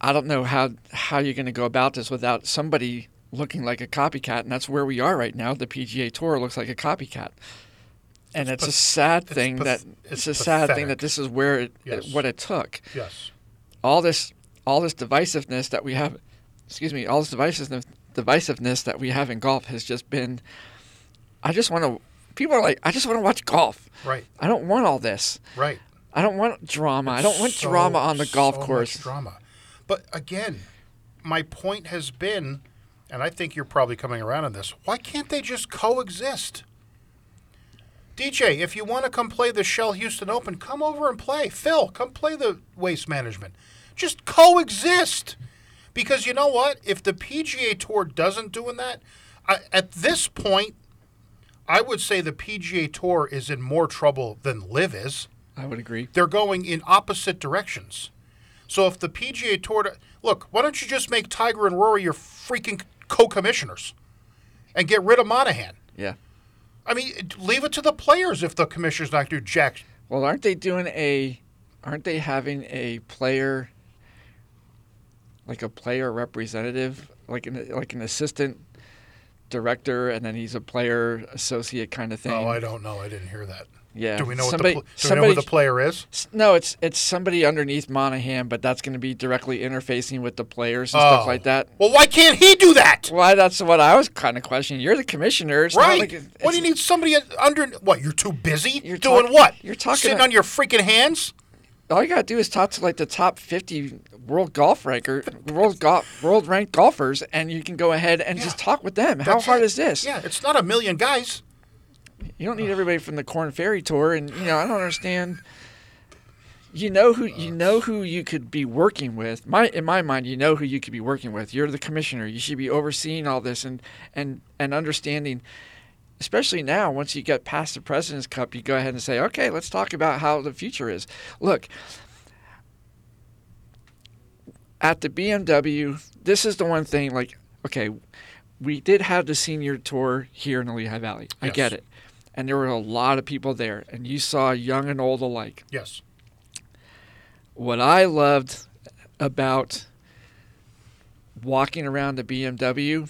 Speaker 2: I don't know how how you're going to go about this without somebody looking like a copycat and that's where we are right now the PGA Tour looks like a copycat and it's,
Speaker 1: path-
Speaker 2: a sad
Speaker 1: it's
Speaker 2: thing
Speaker 1: path-
Speaker 2: that
Speaker 1: it's
Speaker 2: it's, a sad thing
Speaker 1: pathetic.
Speaker 2: that this is where it,
Speaker 1: Yes.
Speaker 2: what it took
Speaker 1: Yes.
Speaker 2: all this all this divisiveness that we have, excuse me, all this divisiveness divisiveness that we have in golf has just been. I just want to. People are like, I just want to watch golf.
Speaker 1: Right.
Speaker 2: I don't want all this.
Speaker 1: Right.
Speaker 2: I don't want drama. I don't want
Speaker 1: So-
Speaker 2: drama on the golf
Speaker 1: so much
Speaker 2: course.
Speaker 1: drama. But again, my point has been, and I think you're probably coming around on this. Why can't they just coexist? DJ, if you want to come play the Shell Houston Open, come over and play. Phil, come play the Waste Management. Just coexist. Because you know what? If the PGA Tour doesn't doing that, I, at this point, I would say the PGA Tour is in more trouble than Live is
Speaker 2: I would agree.
Speaker 1: they're going in opposite directions. So if the PGA Tour, look, why don't you just make Tiger and Rory your freaking co-commissioners, and get rid of Monahan?
Speaker 2: Yeah.
Speaker 1: I mean, leave it to the players if the commissioner's not going to do jack.
Speaker 2: Well, aren't they doing a? Aren't they having a player? Like a player representative, like an like an assistant director, and then he's a player associate kind of thing.
Speaker 1: Oh, I don't know. I didn't hear that.
Speaker 2: yeah.
Speaker 1: Do we know
Speaker 2: somebody,
Speaker 1: what the, pl- do
Speaker 2: somebody,
Speaker 1: we know who the player is?
Speaker 2: S- No, it's it's somebody underneath Monahan, but that's going to be directly interfacing with the players and
Speaker 1: Oh.
Speaker 2: stuff like that.
Speaker 1: Well, why can't he do that?
Speaker 2: Why? That's what I was kind of questioning. You're the commissioner, it's not
Speaker 1: Right.
Speaker 2: like it-
Speaker 1: what do you
Speaker 2: it's-
Speaker 1: need somebody under? What? You're too busy
Speaker 2: You're
Speaker 1: doing
Speaker 2: talk-
Speaker 1: what?
Speaker 2: you're talking
Speaker 1: sitting
Speaker 2: to-
Speaker 1: on your freaking hands.
Speaker 2: All you got to do is talk to like the top 50 world golf ranker, world golf, world ranked golfers, and you can go ahead and just
Speaker 1: Yeah.
Speaker 2: talk with them. How
Speaker 1: That's
Speaker 2: hard
Speaker 1: it.
Speaker 2: is this?
Speaker 1: Yeah, it's not a million guys.
Speaker 2: You don't need everybody from the Corn Ferry tour, and you know I don't understand. You know who you know who you could be working with. My in my mind, you know who you could be working with. You're the commissioner. You should be overseeing all this and and and understanding. Especially now, once you get past the President's Cup, you go ahead and say, "Okay, let's talk about how the future is." Look, at the BMW, this is the one thing. Like, okay, we did have the senior tour here in the Lehigh Valley. I
Speaker 1: Yes.
Speaker 2: get it and there were a lot of people there, and you saw young and old alike.
Speaker 1: Yes.
Speaker 2: What I loved about walking around the BMW,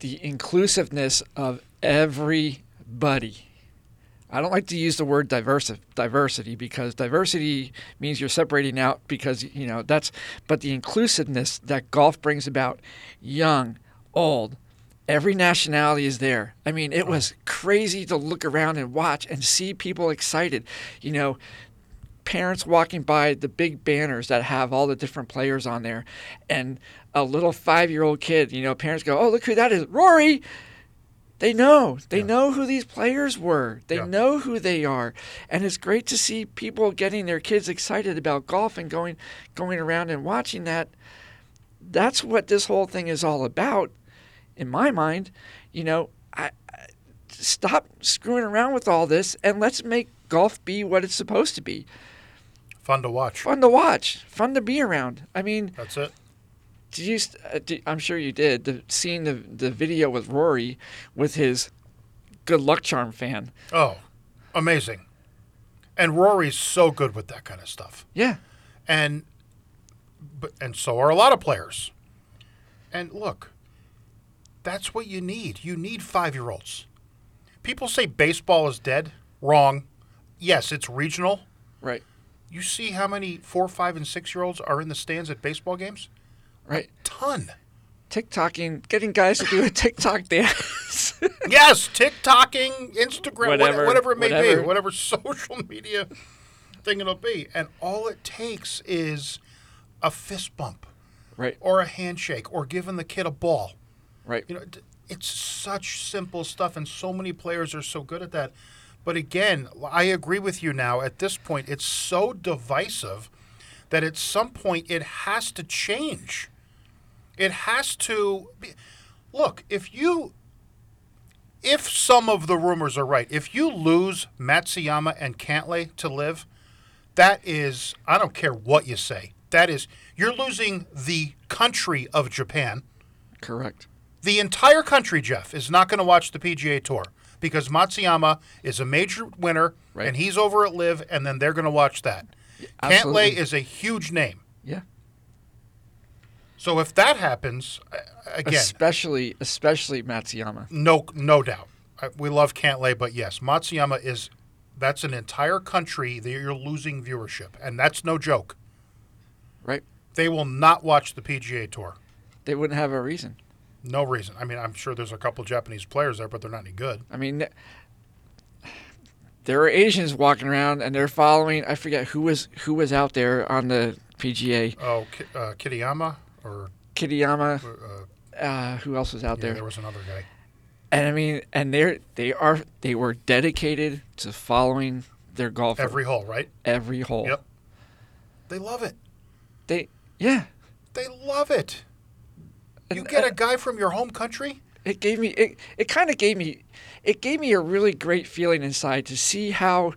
Speaker 2: the inclusiveness of everybody. I don't like to use the word diversi- diversity because diversity means you're separating out because you know that's but the inclusiveness that golf brings about young, old, every nationality is there. I mean, it was crazy to look around and watch and see people excited. You know, parents walking by the big banners that have all the different players on there and a little 5-year-old kid, you know, parents go, "Oh, look who that is. Rory." They know. They know who these players were. They
Speaker 1: Yeah.
Speaker 2: know who they are. And it's great to see people getting their kids excited about golf and going going around and watching that. That's what this whole thing is all about in my mind, you know, I, I- stop screwing around with all this and let's make golf be what it's supposed to be.
Speaker 1: Fun to watch.
Speaker 2: Fun to watch, fun to be around. I mean,
Speaker 1: That's it.
Speaker 2: did you? st- Uh, did, I'm sure you did. The, seeing the the video with Rory with his good luck charm fan.
Speaker 1: Oh, amazing. And Rory's so good with that kind of stuff.
Speaker 2: Yeah,
Speaker 1: And but and so are a lot of players. And look, that's what you need. You need 5-year-olds. People say baseball is dead. Wrong. Yes, it's regional.
Speaker 2: right,
Speaker 1: You see how many 4, 5 and 6-year-olds are in the stands at baseball games?
Speaker 2: right.
Speaker 1: Ton.
Speaker 2: TikToking, getting guys to do a TikTok dance.
Speaker 1: yes, TikToking, Instagram, whatever,
Speaker 2: Whatever,
Speaker 1: whatever it may
Speaker 2: whatever.
Speaker 1: be, whatever social media thing it'll be. And all it takes is a fist bump
Speaker 2: right,
Speaker 1: or a handshake or giving the kid a ball.
Speaker 2: right.
Speaker 1: You know, d- it's such simple stuff, and so many players are so good at that. But again, I agree with you now. At this point, it's so divisive that at some point it has to change. It has to be. Look, if you, if some of the rumors are right, if you lose Matsuyama and Cantley to live, that is, I don't care what you say, that is, you're losing the country of Japan.
Speaker 2: Correct.
Speaker 1: The entire country, Jeff, is not going to watch the PGA Tour because Matsuyama is a major winner,
Speaker 2: Right.
Speaker 1: and he's over at Live, and then they're going to watch that.
Speaker 2: absolutely.
Speaker 1: Cantlay is a huge name,
Speaker 2: Yeah.
Speaker 1: so if that happens, uh, again,
Speaker 2: Especially, especially Matsuyama.
Speaker 1: no, no doubt, Uh, we love Cantlay, but yes, Matsuyama is. That's an entire country that you're losing viewership, and that's no joke. They will not watch the PGA Tour.
Speaker 2: They wouldn't have a reason.
Speaker 1: No reason. I mean, I'm sure there's a couple Japanese players there, but they're not any good.
Speaker 2: I mean, th- there are Asians walking around and they're following. I forget who was who was out there on the PGA.
Speaker 1: Oh, Ki- uh, Kitayama or
Speaker 2: Kitayama.
Speaker 1: uh, yeah,
Speaker 2: Uh, who else was out
Speaker 1: there.
Speaker 2: there?
Speaker 1: was another guy.
Speaker 2: And I mean, and they're they are they were dedicated to following their golfer
Speaker 1: Every
Speaker 2: every,
Speaker 1: hole, right?
Speaker 2: hole.
Speaker 1: Yep. They love it.
Speaker 2: They yeah.
Speaker 1: They love it. You
Speaker 2: And,
Speaker 1: get
Speaker 2: uh,
Speaker 1: a guy from your home country.
Speaker 2: it gave me it, it kind of gave me it gave me a really great feeling inside to see how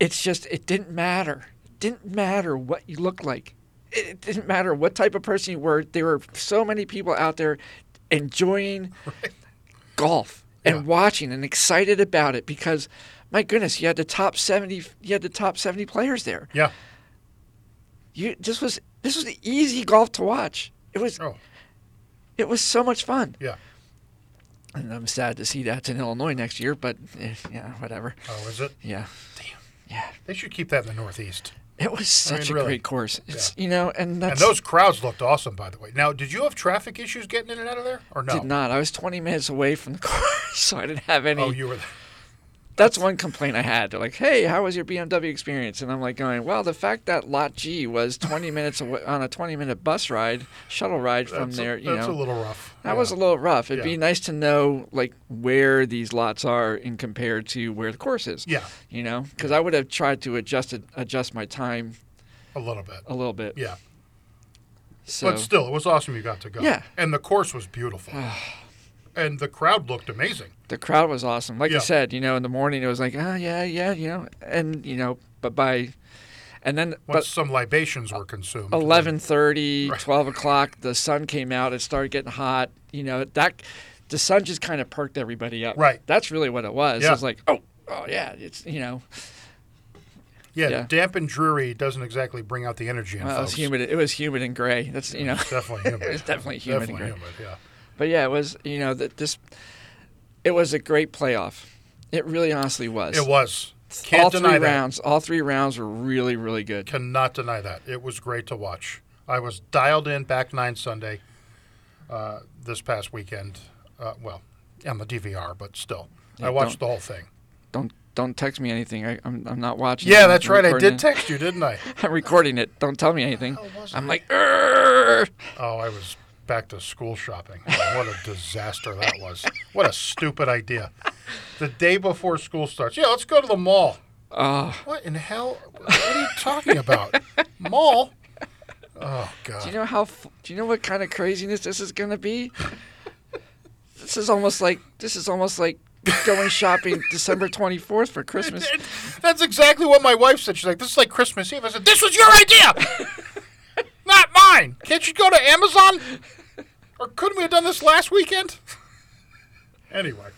Speaker 2: it's just it didn't matter it didn't matter what you looked like it, it didn't matter what type of person you were there were so many people out there enjoying golf and
Speaker 1: Yeah.
Speaker 2: watching and excited about it because my goodness you had the top 70 you had the top 70 players there
Speaker 1: Yeah.
Speaker 2: you this was this was easy golf to watch it was
Speaker 1: Oh,
Speaker 2: it was so much fun
Speaker 1: yeah.
Speaker 2: and I'm sad to see that's in Illinois next year, but eh, yeah, whatever.
Speaker 1: Oh, is it?
Speaker 2: Yeah.
Speaker 1: Damn.
Speaker 2: Yeah.
Speaker 1: They should keep that in the Northeast.
Speaker 2: It was
Speaker 1: I mean,
Speaker 2: such a
Speaker 1: really.
Speaker 2: great course. It's you know, and that's
Speaker 1: And those crowds looked awesome, by the way. Now, did you have traffic issues getting in and out of there, or no?
Speaker 2: did not. I was 20 minutes away from the course, so I didn't have any.
Speaker 1: Oh, you were. There.
Speaker 2: that's one complaint I had. They're like, "Hey, how was your BMW experience?" And I'm like, "Going well. The fact that Lot G was 20 minutes away on a 20 minute bus ride, shuttle ride from
Speaker 1: That's a-
Speaker 2: there, you
Speaker 1: that's
Speaker 2: know,
Speaker 1: a little rough.
Speaker 2: that
Speaker 1: Yeah.
Speaker 2: was a little rough. It'd
Speaker 1: Yeah.
Speaker 2: be nice to know like where these lots are in compared to where the course is.
Speaker 1: Yeah,
Speaker 2: you know because i would have tried to adjust it, adjust my time
Speaker 1: a little bit.
Speaker 2: a little bit
Speaker 1: Yeah,
Speaker 2: so
Speaker 1: but still, it was awesome. You got to go.
Speaker 2: Yeah.
Speaker 1: and the course was beautiful, and the crowd looked amazing.
Speaker 2: the crowd was awesome like
Speaker 1: Yeah.
Speaker 2: i said you know in the morning it was like oh yeah yeah you know and you know but by and then
Speaker 1: Once some libations were consumed.
Speaker 2: but 11.30 12 o'clock the sun came out it started getting hot you know that the sun just kind of perked everybody up
Speaker 1: Right.
Speaker 2: that's really what it was
Speaker 1: Yeah.
Speaker 2: it was like oh oh yeah it's you know
Speaker 1: Yeah,
Speaker 2: yeah.
Speaker 1: damp and dreary doesn't exactly bring out the energy in
Speaker 2: well, it was
Speaker 1: folks.
Speaker 2: humid it was humid and gray that's you know
Speaker 1: It's definitely humid.
Speaker 2: was definitely humid and
Speaker 1: Definitely
Speaker 2: gray.
Speaker 1: humid, Yeah.
Speaker 2: But yeah, it was you know that this, it was a great playoff. It really honestly was.
Speaker 1: It was. Can't
Speaker 2: all
Speaker 1: deny
Speaker 2: three
Speaker 1: that.
Speaker 2: rounds, all three rounds were really really good.
Speaker 1: Cannot deny that. It was great to watch. I was dialed in back nine Sunday uh, this past weekend. Uh, well, on the DVR, but still.
Speaker 2: Yeah,
Speaker 1: I watched
Speaker 2: don't-
Speaker 1: the whole thing.
Speaker 2: Don't don't text me anything. I, I'm I'm not watching.
Speaker 1: Yeah,
Speaker 2: I'm
Speaker 1: that's right. I
Speaker 2: recording
Speaker 1: did
Speaker 2: it.
Speaker 1: text you, didn't I?
Speaker 2: I'm recording Oh, it. Don't tell me anything.
Speaker 1: hell was
Speaker 2: I'm
Speaker 1: I?
Speaker 2: like, "Arr!"
Speaker 1: Oh, I was back to school shopping. Oh, What a disaster that was. What a stupid idea. The day before school starts. Yeah, let's go to the mall.
Speaker 2: oh,
Speaker 1: What in hell? What are you talking about? Mall? Oh, God.
Speaker 2: do you know how? f- Do you know what kind of craziness this is gonna be? this is almost like this is almost like going shopping December 24th for Christmas.
Speaker 1: It- That's exactly what my wife said. She's like, "This is like Christmas Eve." I said, "This was your idea, not mine. Can't you go to Amazon? Or couldn't we have done this last weekend?" Anyway,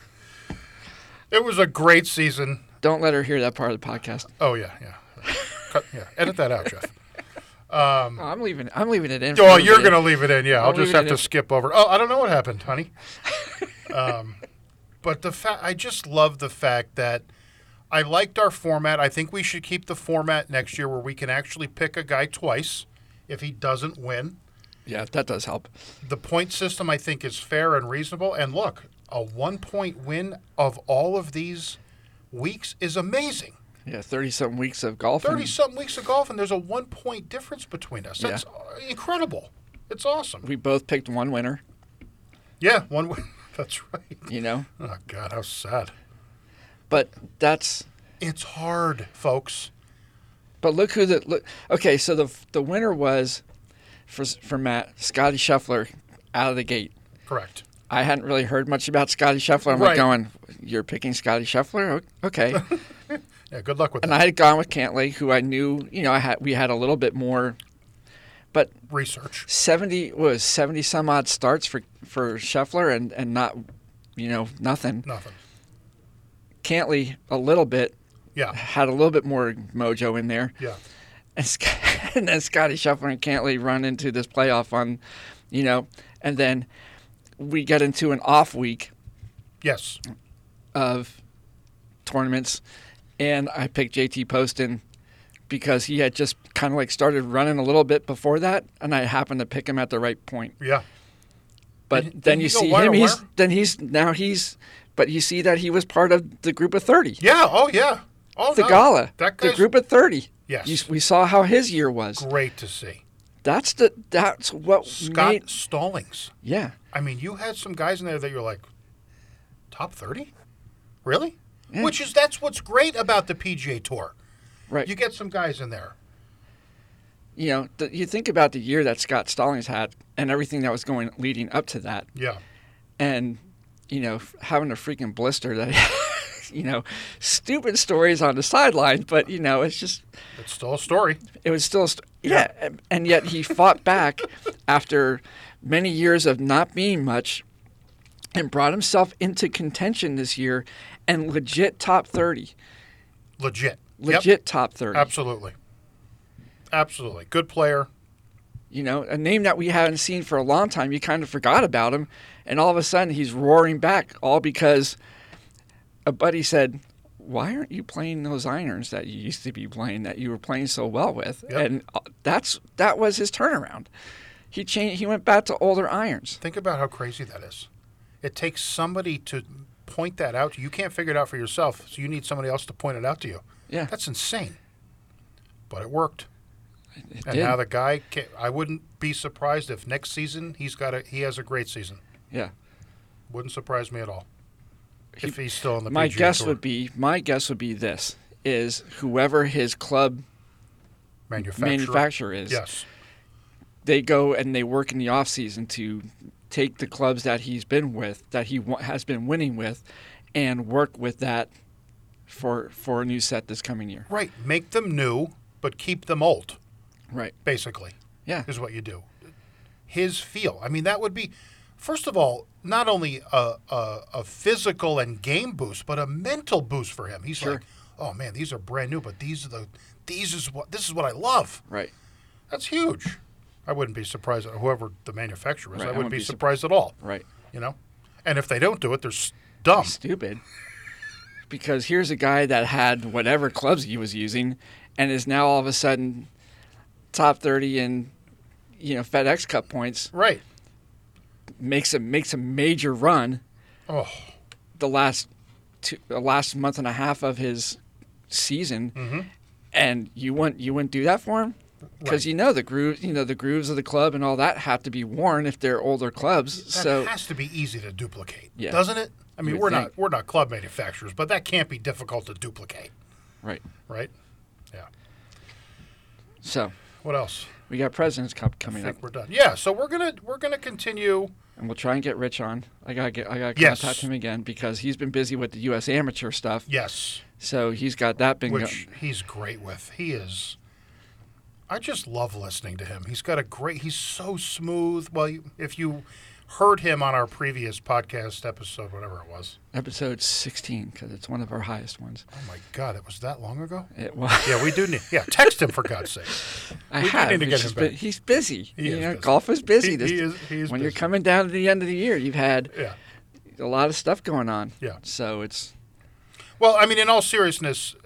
Speaker 1: it was a great season.
Speaker 2: Don't let her hear that part of the podcast.
Speaker 1: Oh yeah, yeah, Cut, yeah. Edit that out, Jeff.
Speaker 2: Oh, I'm leaving. I'm leaving it in. for
Speaker 1: Oh, Um, you're
Speaker 2: everybody.
Speaker 1: gonna leave it in. Yeah, I'll,
Speaker 2: I'll
Speaker 1: just
Speaker 2: leave it
Speaker 1: have to
Speaker 2: in.
Speaker 1: skip over. Oh, I don't know what happened, honey. um, but the fact I just love the fact that I liked our format. I think we should keep the format next year where we can actually pick a guy twice if he doesn't win.
Speaker 2: Yeah, that does help.
Speaker 1: The point system I think is fair and reasonable. And look, a one point win of all of these weeks is amazing.
Speaker 2: Yeah, thirty something weeks of golfing.
Speaker 1: Thirty something weeks of golf, and there's a one point difference between us. That's uh, incredible. It's awesome.
Speaker 2: We both picked one winner.
Speaker 1: Yeah, one win. That's right.
Speaker 2: You know,
Speaker 1: Oh God, how sad.
Speaker 2: but that's.
Speaker 1: It's hard, folks.
Speaker 2: But look who the look. Okay, so the the winner was, for for Matt Scotty Scheffler, out of the gate.
Speaker 1: Correct.
Speaker 2: I hadn't really heard much about Scotty Scheffler. I'm
Speaker 1: Right.
Speaker 2: like going, you're picking Scotty Scheffler, O- okay.
Speaker 1: Yeah, good luck with
Speaker 2: and
Speaker 1: that
Speaker 2: I had gone with Cantley, who I knew. You know, I had we had a little bit more. But
Speaker 1: research.
Speaker 2: seventy what was seventy some odd starts for for Scheffler, and and not, you know, nothing.
Speaker 1: Nothing.
Speaker 2: Cantley a little bit,
Speaker 1: Yeah,
Speaker 2: had a little bit more mojo in there.
Speaker 1: yeah,
Speaker 2: And, Sc- and then Scotty Scheffler and Cantley run into this playoff on, you know, and then we get into an off week
Speaker 1: yes.
Speaker 2: of tournaments. And I picked JT Poston because he had just kind of like started running a little bit before that, and I happened to pick him at the right point.
Speaker 1: Yeah.
Speaker 2: But
Speaker 1: Did- did
Speaker 2: then
Speaker 1: he
Speaker 2: you
Speaker 1: go
Speaker 2: see
Speaker 1: wire
Speaker 2: him.
Speaker 1: to
Speaker 2: He's
Speaker 1: wire?
Speaker 2: then he's now he's, but you see that he was part of the group of thirty,
Speaker 1: Yeah. Oh, yeah. Oh,
Speaker 2: the
Speaker 1: no.
Speaker 2: gala,
Speaker 1: That
Speaker 2: the
Speaker 1: guy's
Speaker 2: group of thirty.
Speaker 1: Yes.
Speaker 2: You s- we saw how his year was.
Speaker 1: great to see.
Speaker 2: That's the that's what
Speaker 1: Scott
Speaker 2: made-
Speaker 1: Stallings.
Speaker 2: yeah,
Speaker 1: I mean, you had some guys in there that you're like, top 30? Really?
Speaker 2: Yeah.
Speaker 1: Which is, that's what's great about the PGA Tour.
Speaker 2: right.
Speaker 1: You
Speaker 2: You,
Speaker 1: get some guys in there.
Speaker 2: know, th- you think about the year that Scott Stallings had and everything that was going leading up to that.
Speaker 1: Yeah.
Speaker 2: and you know f- having a freaking blister that you know stupid stories on the sideline but you know it's just
Speaker 1: It's still a story.
Speaker 2: it was still st- yeah and- and yet he fought back after many years of not being much and brought himself into contention this year and legit top 30
Speaker 1: Legit. Yep.
Speaker 2: legit top 30
Speaker 1: Absolutely. Absolutely. Good player.
Speaker 2: you know a name that we haven't seen for a long time you kind of forgot about him and all of a sudden he's roaring back all because a buddy said why aren't you playing those irons that you used to be playing that you were playing so well with
Speaker 1: Yep.
Speaker 2: and uh, that's that was his turnaround he changed he went back to older irons
Speaker 1: Think about how crazy that is. It takes somebody to point that out. to You You can't figure it out for yourself, so you need somebody else to point it out to you.
Speaker 2: yeah
Speaker 1: That's insane. But it worked.
Speaker 2: it
Speaker 1: And
Speaker 2: did.
Speaker 1: now the guy, can, I wouldn't be surprised if next season he's got a he has a great season.
Speaker 2: yeah
Speaker 1: Wouldn't surprise me at all if he's still in the
Speaker 2: my
Speaker 1: PGA
Speaker 2: guess
Speaker 1: Tour
Speaker 2: would be my guess would be this is whoever his club
Speaker 1: manufacturer.
Speaker 2: manufacturer is
Speaker 1: Yes,
Speaker 2: they go and they work in the off season to take the clubs that he's been with that he wa- has been winning with and work with that for for a new set this coming year
Speaker 1: right. Make them new, but keep them old.
Speaker 2: right
Speaker 1: Basically,
Speaker 2: yeah
Speaker 1: is what you do. His feel. I mean, that would be, first of all, not only a, a, a physical and game boost, but a mental boost for him. He's
Speaker 2: Sure.
Speaker 1: like, oh man, these are brand new, but these are the these is what this is what I love.
Speaker 2: right
Speaker 1: That's huge. I wouldn't be surprised at whoever the manufacturer is.
Speaker 2: Right,
Speaker 1: I
Speaker 2: I
Speaker 1: wouldn't
Speaker 2: wouldn't
Speaker 1: be
Speaker 2: be sur-
Speaker 1: surprised at all.
Speaker 2: right
Speaker 1: You know, and if they don't do it, they're s- dumb.
Speaker 2: stupid because here's a guy that had whatever clubs he was using and is now all of a sudden top 30 in you know FedEx Cup points
Speaker 1: Right.
Speaker 2: makes a makes a major run
Speaker 1: Oh,
Speaker 2: the last two, the last month and a half of his season,
Speaker 1: Mhm.
Speaker 2: and you wouldn't you wouldn't do that for him because
Speaker 1: Right.
Speaker 2: you know the grooves you know the grooves of the club and all that have to be worn if they're older clubs.
Speaker 1: that
Speaker 2: so
Speaker 1: has to be easy to duplicate,
Speaker 2: Yeah.
Speaker 1: doesn't it? I mean,
Speaker 2: would
Speaker 1: we're not
Speaker 2: think.
Speaker 1: we're not club manufacturers, but that can't be difficult to duplicate,
Speaker 2: right,
Speaker 1: right? Yeah.
Speaker 2: so
Speaker 1: What else?
Speaker 2: we got Presidents Cup coming
Speaker 1: I
Speaker 2: up,
Speaker 1: think we're done. Yeah, so we're gonna we're gonna continue.
Speaker 2: and we'll try and get Rich on. I gotta get I gotta
Speaker 1: Yes.
Speaker 2: contact him again because he's been busy with the U.S. amateur stuff,
Speaker 1: Yes,
Speaker 2: so he's got that been go-
Speaker 1: which he's great with. He is. I just love listening to him. He's got a great. He's so smooth. Well, you, if you heard him on our previous podcast episode, whatever it was.
Speaker 2: episode 16 because it's one of our highest ones.
Speaker 1: Oh my God, it was that long ago.
Speaker 2: It was.
Speaker 1: Yeah, we do need. Yeah, text him for God's sake.
Speaker 2: I
Speaker 1: We do
Speaker 2: have.
Speaker 1: need to
Speaker 2: It's
Speaker 1: get
Speaker 2: just
Speaker 1: him back.
Speaker 2: bu- He's busy.
Speaker 1: He
Speaker 2: you
Speaker 1: is
Speaker 2: know,
Speaker 1: busy.
Speaker 2: golf is busy.
Speaker 1: He-
Speaker 2: this,
Speaker 1: he is- he is
Speaker 2: when
Speaker 1: busy.
Speaker 2: you're coming down to the end of the year, you've had
Speaker 1: Yeah.
Speaker 2: a lot of stuff going on.
Speaker 1: Yeah.
Speaker 2: So it's
Speaker 1: Well, I mean, in all seriousness, uh,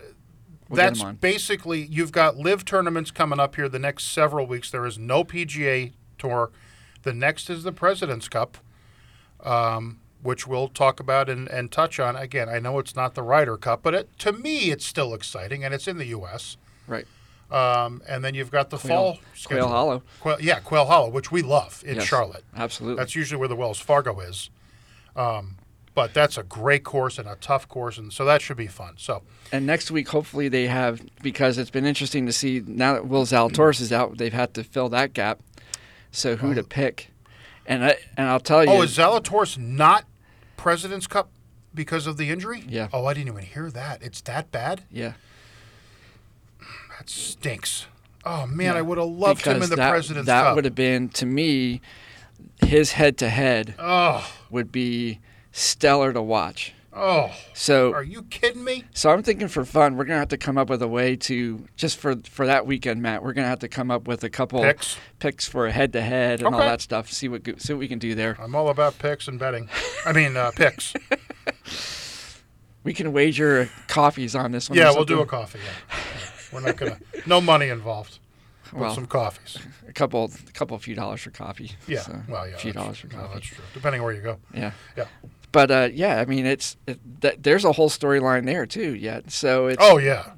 Speaker 2: We'll get
Speaker 1: that's
Speaker 2: him on.
Speaker 1: basically you've got live tournaments coming up here the next several weeks. There is no PGA Tour. The next is the President's Cup, um, which we'll talk about and, and touch on. Again, I know it's not the Ryder Cup, but it, to me, it's still exciting, and it's in the U.S.
Speaker 2: right.
Speaker 1: Um, and then you've got the fall schedule.
Speaker 2: Quail Hollow.
Speaker 1: Quail, yeah, Quail Hollow, which we love in
Speaker 2: Yes.
Speaker 1: Charlotte.
Speaker 2: Absolutely.
Speaker 1: That's usually where the Wells Fargo is. Um, but that's a great course and a tough course, and so that should be fun. So,
Speaker 2: and next week, hopefully, they have because it's been interesting to see now that Will Zalatoris is out, they've had to fill that gap. So who to pick? And I and I'll tell you.
Speaker 1: oh, is Zalatoris not President's Cup because of the injury?
Speaker 2: Yeah.
Speaker 1: Oh, I didn't even hear that. It's that bad.
Speaker 2: yeah.
Speaker 1: That stinks. Oh man, I would have loved
Speaker 2: Because
Speaker 1: him in the
Speaker 2: that,
Speaker 1: President's
Speaker 2: that
Speaker 1: Cup.
Speaker 2: would have been to me, his head to head
Speaker 1: Oh,
Speaker 2: would be stellar to watch.
Speaker 1: oh,
Speaker 2: So
Speaker 1: are you kidding me?
Speaker 2: So I'm thinking for fun, we're gonna have to come up with a way to just for for that weekend, Matt. We're gonna have to come up with a couple
Speaker 1: Picks.
Speaker 2: picks for a head to head and all
Speaker 1: Okay.
Speaker 2: that stuff. See what go- see what we can do there.
Speaker 1: I'm all about picks and betting. I mean, uh, picks.
Speaker 2: We can wager coffees on this one. or
Speaker 1: yeah, we'll do a
Speaker 2: something.
Speaker 1: coffee. Yeah. We're not gonna. no money involved. But
Speaker 2: Well,
Speaker 1: some coffees.
Speaker 2: a couple, a couple, few dollars for coffee.
Speaker 1: Yeah.
Speaker 2: So,
Speaker 1: well, yeah.
Speaker 2: a few
Speaker 1: that's-
Speaker 2: dollars for
Speaker 1: no, that's
Speaker 2: coffee.
Speaker 1: true. Depending where you go.
Speaker 2: Yeah.
Speaker 1: Yeah.
Speaker 2: But uh, yeah, I mean, it's it, th- there's a whole storyline there too. Yet, so it's
Speaker 1: Oh yeah.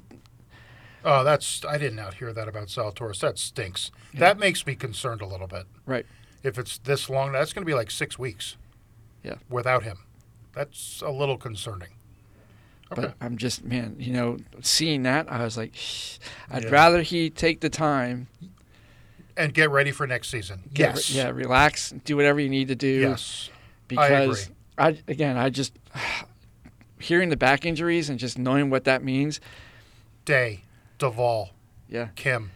Speaker 1: Oh, that's I did not hear that about Zalatoris. That stinks. That makes me concerned a little bit.
Speaker 2: Right.
Speaker 1: If it's this long, that's going to be like six weeks.
Speaker 2: Yeah.
Speaker 1: Without him, that's a little concerning. Okay.
Speaker 2: But I'm just man, you know, seeing that I was like, I'd
Speaker 1: Yeah.
Speaker 2: rather he take the time.
Speaker 1: and get ready for next season.
Speaker 2: get re-
Speaker 1: yes.
Speaker 2: yeah, relax, do whatever you need to do.
Speaker 1: Yes. I agree.
Speaker 2: Because I, again, I just hearing the back injuries and just knowing what that means.
Speaker 1: Day, Duvall,
Speaker 2: Yeah,
Speaker 1: Kim.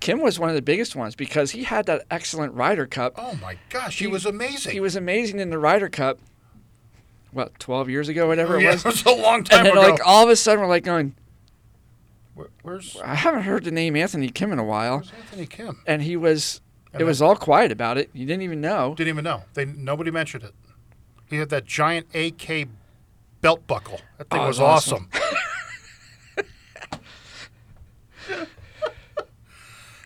Speaker 2: Kim was one of the biggest ones because he had that excellent Ryder Cup.
Speaker 1: Oh my gosh, he,
Speaker 2: He-
Speaker 1: was amazing.
Speaker 2: He was amazing in the Ryder Cup. What, 12 years ago, whatever
Speaker 1: Yeah,
Speaker 2: it was.
Speaker 1: it was a long time
Speaker 2: And then,
Speaker 1: ago.
Speaker 2: like all of a sudden, we're like going,
Speaker 1: Where- where's,
Speaker 2: I haven't heard the name Anthony Kim in a while,
Speaker 1: where's Anthony Kim?
Speaker 2: and he was.
Speaker 1: And
Speaker 2: it was all quiet about it. You didn't even know.
Speaker 1: Didn't even know. They nobody mentioned it. He had that giant AK belt buckle. That thing
Speaker 2: Oh, it
Speaker 1: was
Speaker 2: was
Speaker 1: awesome.
Speaker 2: awesome.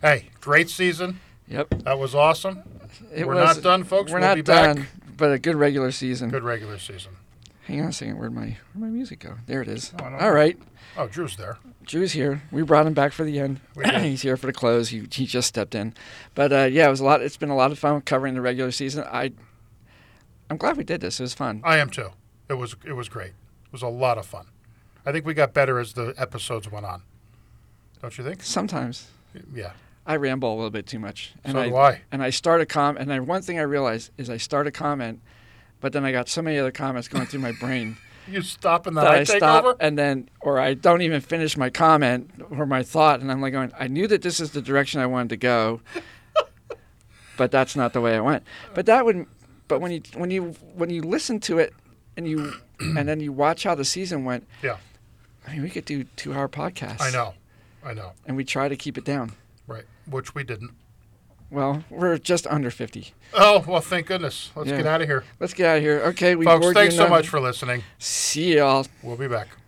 Speaker 1: hey, great season.
Speaker 2: Yep,
Speaker 1: That was awesome.
Speaker 2: it
Speaker 1: We're
Speaker 2: was-
Speaker 1: not done, folks.
Speaker 2: We're
Speaker 1: We'll
Speaker 2: not
Speaker 1: be back.
Speaker 2: done, but a good regular season.
Speaker 1: Good regular season.
Speaker 2: Hang on a second. Where'd my where'd my music go? There it is.
Speaker 1: Oh, I don't know.
Speaker 2: all right,
Speaker 1: Oh, Drew's there.
Speaker 2: Drew's here. We brought him back for the end.
Speaker 1: We did.
Speaker 2: He's here for the close. He he just stepped in, but uh, yeah, it was a lot. It's been a lot of fun covering the regular season. I I'm glad we did this. It was fun.
Speaker 1: I am too. It was it was great. It was a lot of fun. I think we got better as the episodes went on. Don't you think?
Speaker 2: Sometimes
Speaker 1: Yeah.
Speaker 2: I ramble a little bit too much, and
Speaker 1: so
Speaker 2: I
Speaker 1: do I.
Speaker 2: and I start a com and I one thing I realized is I start a comment, but then I got so many other comments going through my brain
Speaker 1: You stop and then
Speaker 2: that
Speaker 1: I,
Speaker 2: I
Speaker 1: take
Speaker 2: stop
Speaker 1: over.
Speaker 2: and then or I don't even finish my comment or my thought and I'm like going, I knew that this is the direction I wanted to go but that's not the way I went. But that would but when you when you when you listen to it and you and then you watch how the season went.
Speaker 1: Yeah.
Speaker 2: I mean we could do two hour podcasts.
Speaker 1: I know. I know.
Speaker 2: And we try to keep it down.
Speaker 1: Right. Which we didn't.
Speaker 2: Well, we're just under fifty.
Speaker 1: Oh, well, thank goodness. Let's
Speaker 2: Yeah.
Speaker 1: get out of here.
Speaker 2: Let's get out of here. Okay, we
Speaker 1: Folks,
Speaker 2: bored
Speaker 1: thanks
Speaker 2: you
Speaker 1: so
Speaker 2: enough.
Speaker 1: much for listening.
Speaker 2: See y'all.
Speaker 1: We'll be back.